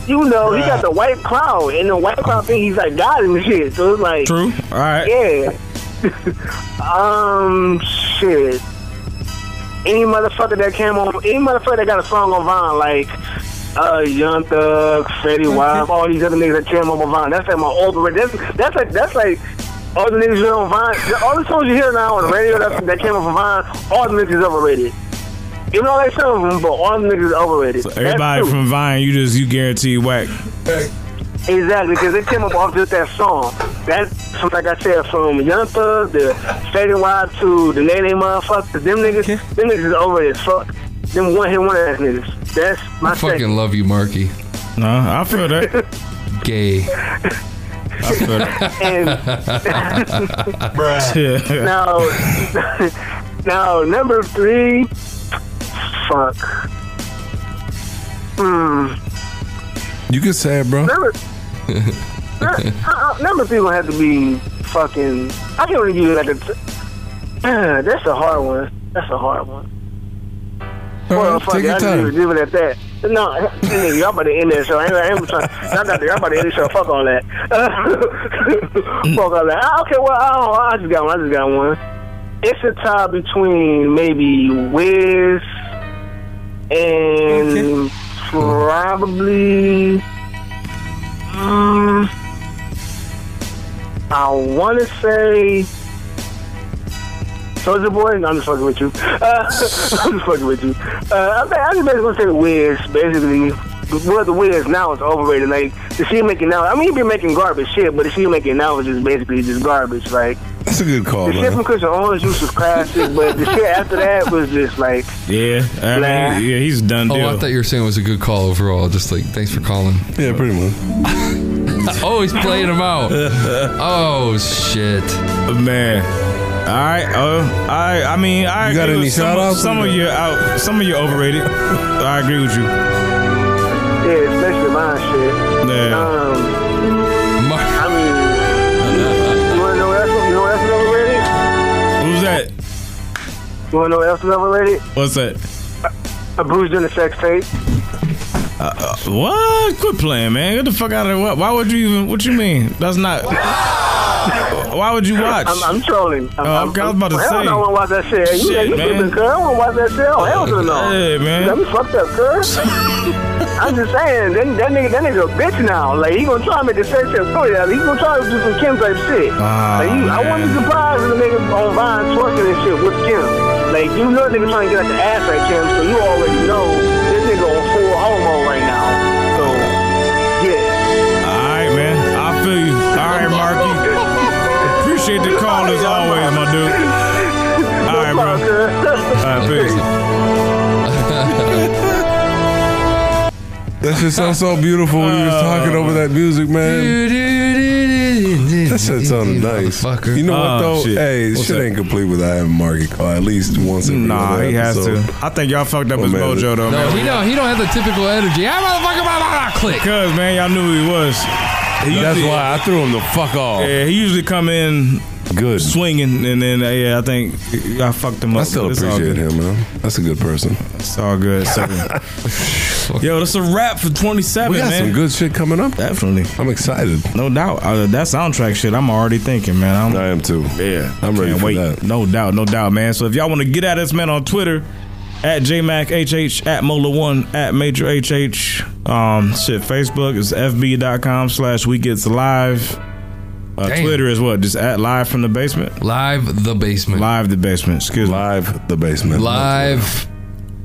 you know, he got the white cloud, and the white cloud think he's like God and shit. So it's like,
True. All right.
yeah. um, shit. Any motherfucker that came on, any motherfucker that got a song on Vine, like uh, Young Thug, Fetty Wap, all these other niggas that came on Vine. That's like my overrated. That's that's like that's like. All the niggas you hear on Vine, all the songs you hear now on the radio that, that came off of Vine, all the niggas overrated. You know, like some of them, but all the niggas overrated. That's
Everybody
true.
from Vine, you just you guarantee whack.
Exactly, because it came up off just that song. That's from, like I said, from Young Thug to Faded Wild to the Nene Motherfuckers. Them niggas, them niggas is over as fuck. Them e one hit one ass niggas. That's my
I fucking
second.
love you, Marky.
No, I feel that.
Gay.
I feel that. Yeah.
now, now number three. Fuck. Hmm.
You can say it, bro.
Number, uh, uh, number three gonna have to be fucking. I can only give you like a. T- uh, that's a hard one. That's a hard one. Well, fuck
Uh-huh. take
it,
your
I just
time.
leave it at that. No, nigga, y'all about to end that show. I ain't, I ain't trying, y'all, got to, y'all about to end the show. Fuck all that. Fuck all that. Ah, Okay, well, I, don't- I just got one. I just got one. It's a tie between maybe Wiz and probably. Um, I want to say. Soldier Boy? No, I'm just fucking with you. Uh, I'm just fucking with you. Uh, I'm, I'm just basically gonna say the Wiz, basically. Well, the Wiz now is overrated. Like, the shit making now, I mean, he been making garbage shit, but the shit making now is just basically just garbage. Like,
That's a good call,
the shit
Oh, man.
from Christian Orange Juice was classic, but the shit after that was just like,
Yeah, I mean,
Nah.
yeah, he's a done
Oh,
deal.
I thought you were saying it was a good call overall. Just like, thanks for calling.
Yeah, pretty much.
oh, he's playing him out. Oh shit,
man. All right, oh, I, I mean, I
You got
agree
any
with some,
shout-outs?
Some of you out, some of you overrated. I agree with you.
yeah, especially mine shit.
Yeah.
Um,
Mar-
I mean, you wanna know what else, you know what else is overrated?
Who's that?
You wanna know what else is overrated?
What's that?
A bruised in the sex tape.
Uh, uh, what? Quit playing, man. Get the fuck out of here. Why would you even? What you mean? That's not. Why would you watch?
I'm, I'm trolling. I'm,
Oh,
I'm,
okay, I was about to
hell
say.
no, I want to watch that shit. You,
Shit,
you
man.
stupid, cuz. I want to watch that shit. Oh, hell to no.
Yeah, man.
You got me fucked up, cuz. I'm just saying, that, that nigga, that nigga a bitch now. Like, he gonna try to make the sex shit for you. He gonna try to do some Kim type shit.
Ah,
like, you, I
man.
wouldn't be surprised if the nigga on Vine twerking and shit with Kim. Like, you know, nigga trying to get at the ass like Kim, so you already know this nigga on full homo right now. So, yeah.
All right, man. I feel you. All right, Marky. Appreciate the call as always, my dude. All right, bro. All right, peace.
That shit sounds so beautiful when you was talking over that music, man. That shit sounded nice.
Motherfucker.
You know what
Oh,
though?
shit.
Hey,
What's
shit
that?
ain't complete without having Marky call at least once every
Nah,
other
he has
episode.
to. I think y'all fucked up
Oh,
his
man.
mojo though.
no,
man.
he don't. He don't have the typical energy. Ah, motherfucker, blah, blah, blah, click.
Cause man, y'all knew who he was.
That's why I threw him the fuck off.
Yeah, he usually come in
good
swinging, and then uh, yeah, I think I fucked him up.
I still
but it's all
appreciate
good.
him, man. That's a good person.
It's all good. So. Yo, that's a wrap for 27,
We got
man.
some good shit coming up.
Definitely.
I'm excited.
No doubt. Uh, that soundtrack shit, I'm already thinking, man. I'm,
I am too.
Yeah.
I'm ready
Can't
for
wait.
that.
No doubt, no doubt, man. So if y'all want to get at us, man, on Twitter, at JMacHH, at Mola1, at MajorHH, um, shit, Facebook is FB.com slash We Gets Live. Uh,
Damn.
Twitter is what? Just at Live from the Basement?
Live the Basement.
Live the Basement, excuse me.
Live the Basement.
Live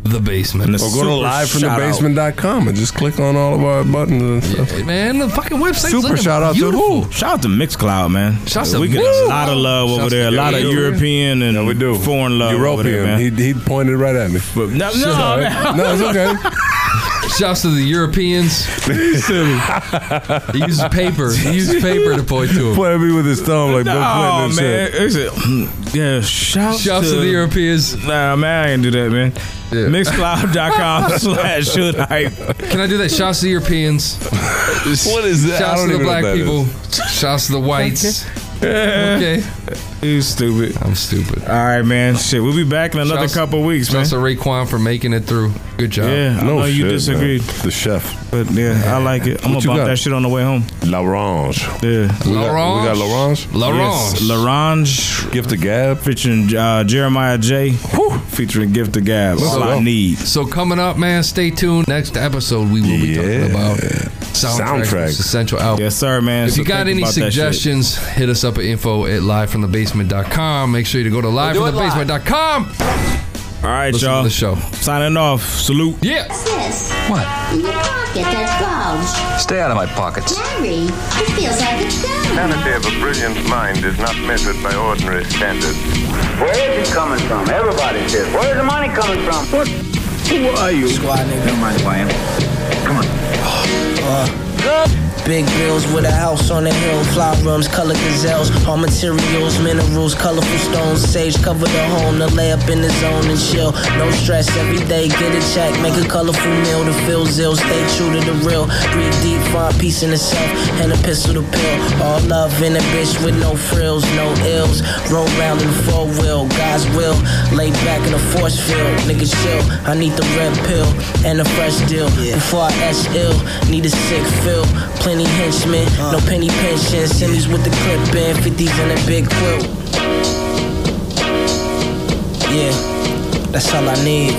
the basement.
Or go to livefromthebasement.com and just click on all of our buttons and stuff.
Man, the fucking website.
Super shout out to who?
Shout out to Mixcloud, man.
Shouts
Yeah,
to
we get a
Mixcloud.
lot of love over
Shouts
there. A
to-
lot
yeah,
of
we do.
European and we do. foreign love over there,
European.
man.
He, he pointed right at me.
But no,
Shut up. No, it's okay.
Shouts to the Europeans. he uses paper. He uses paper to point to him.
Pointed at me with his thumb like Bill Clinton
Oh
and
man,
shit.
is it? Yeah, shout
Shouts to the Europeans.
Nah, man, I ain't do that, man. Mixcloud.com slash should hype.
Can I do that? Shouts to the Europeans.
What is that? I
Shouts
don't
to the
even know
black
what that
people. Shouts to the whites.
Okay.
Okay.
You stupid.
I'm stupid. All
right, man. Shit, we'll be back in another
Shouts-
couple weeks, man.
Shouts to Raekwon for making it through. Good job.
Yeah, I know you disagreed,
The chef.
but yeah, I like it. I'm
What
gonna
you
bump
got?
that shit on the way home.
L'Orange.
Yeah,
We got, we got L'Orange.
Yes, L'Orange.
Gift of Gab.
Featuring uh, Jeremiah J. Featuring Gift of Gab. All I need.
So coming up, man, stay tuned. Next episode, we will be talking about soundtracks,
Soundtracks.
Soundtrack. essential album.
Yes, sir, man.
If
So
you got
think
any
about that shit.
suggestions, hit us up at info at livefromthebasement.com. Make sure you go to livefromthebasement.com.
All right,
Listen to
y'all.
the show.
Signing off. Salute.
Yeah.
This. What? In your pocket, that bulge.
Stay out of my pockets.
Larry, it feels like a gun.
Sanity of a brilliant mind is not measured by ordinary standards.
Where is it coming from? Everybody's here. Where's the money coming from? What? Who are you? Squad nigga. Never mind who I am.
Good.
Big bills with a house on the hill, fly rums, color gazelles, all materials, minerals, colorful stones, sage cover the home to lay up in the zone and chill. No stress every day, get a check, make a colorful meal to feel zill, stay true to the real. Breathe deep, find peace in itself, and a pistol to pill. All love in a bitch with no frills, no ills. Roll round in the four wheel, God's will, lay back in a force field. Nigga chill, I need the red pill and a fresh deal. Before I ask ill, need a sick fill. Plenty henchmen, no penny pension. Semis with the clip in, 50s and a big quilt. Yeah, that's all I need.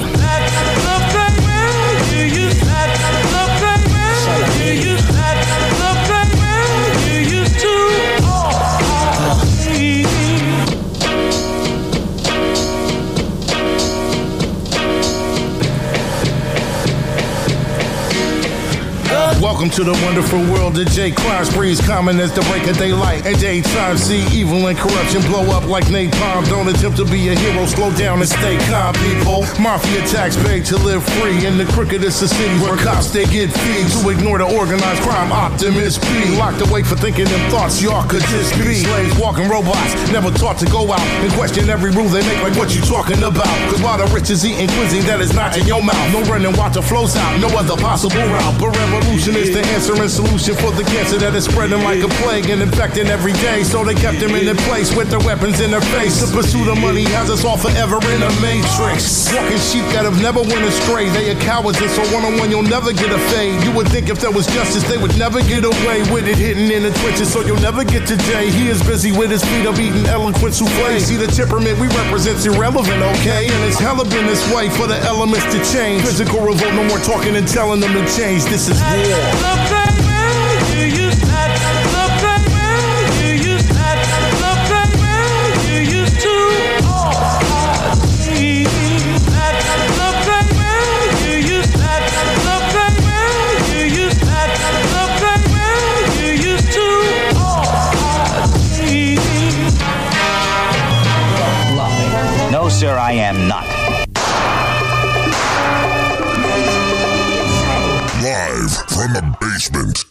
Welcome to the wonderful world of Jay Crime sprees common as the break of daylight. And daytime, see evil and corruption blow up like napalm. Don't attempt to be a hero, slow down and stay calm, people. Mafia tax paid to live free in the crookedest of cities where cops they get fees. To ignore the organized crime, optimist be locked away for thinking them thoughts y'all could just be. Slaves, walking robots, never taught to go out and question every rule they make, like what you talking about. Cause while the rich is eating cuisine that is not in your mouth, no running, watch the flows out, no other possible route. But revolution is the answer and solution for the cancer that is spreading like a plague and infecting every day. So they kept them in their place with their weapons in their face. The pursuit of money has us all forever in a matrix. Walking sheep that have never went astray. They are cowards, and so one on one you'll never get a fade. You would think if there was justice, they would never get away with it hitting in the twitches. So you'll never get to Jay. He is busy with his feet up eating eloquent souffle. See the temperament we represent's irrelevant, okay? And it's hella been this way for the elements to change. Physical revolt, no more talking and telling them to change. This is war.
No, sir, I am not.
Live from the basement.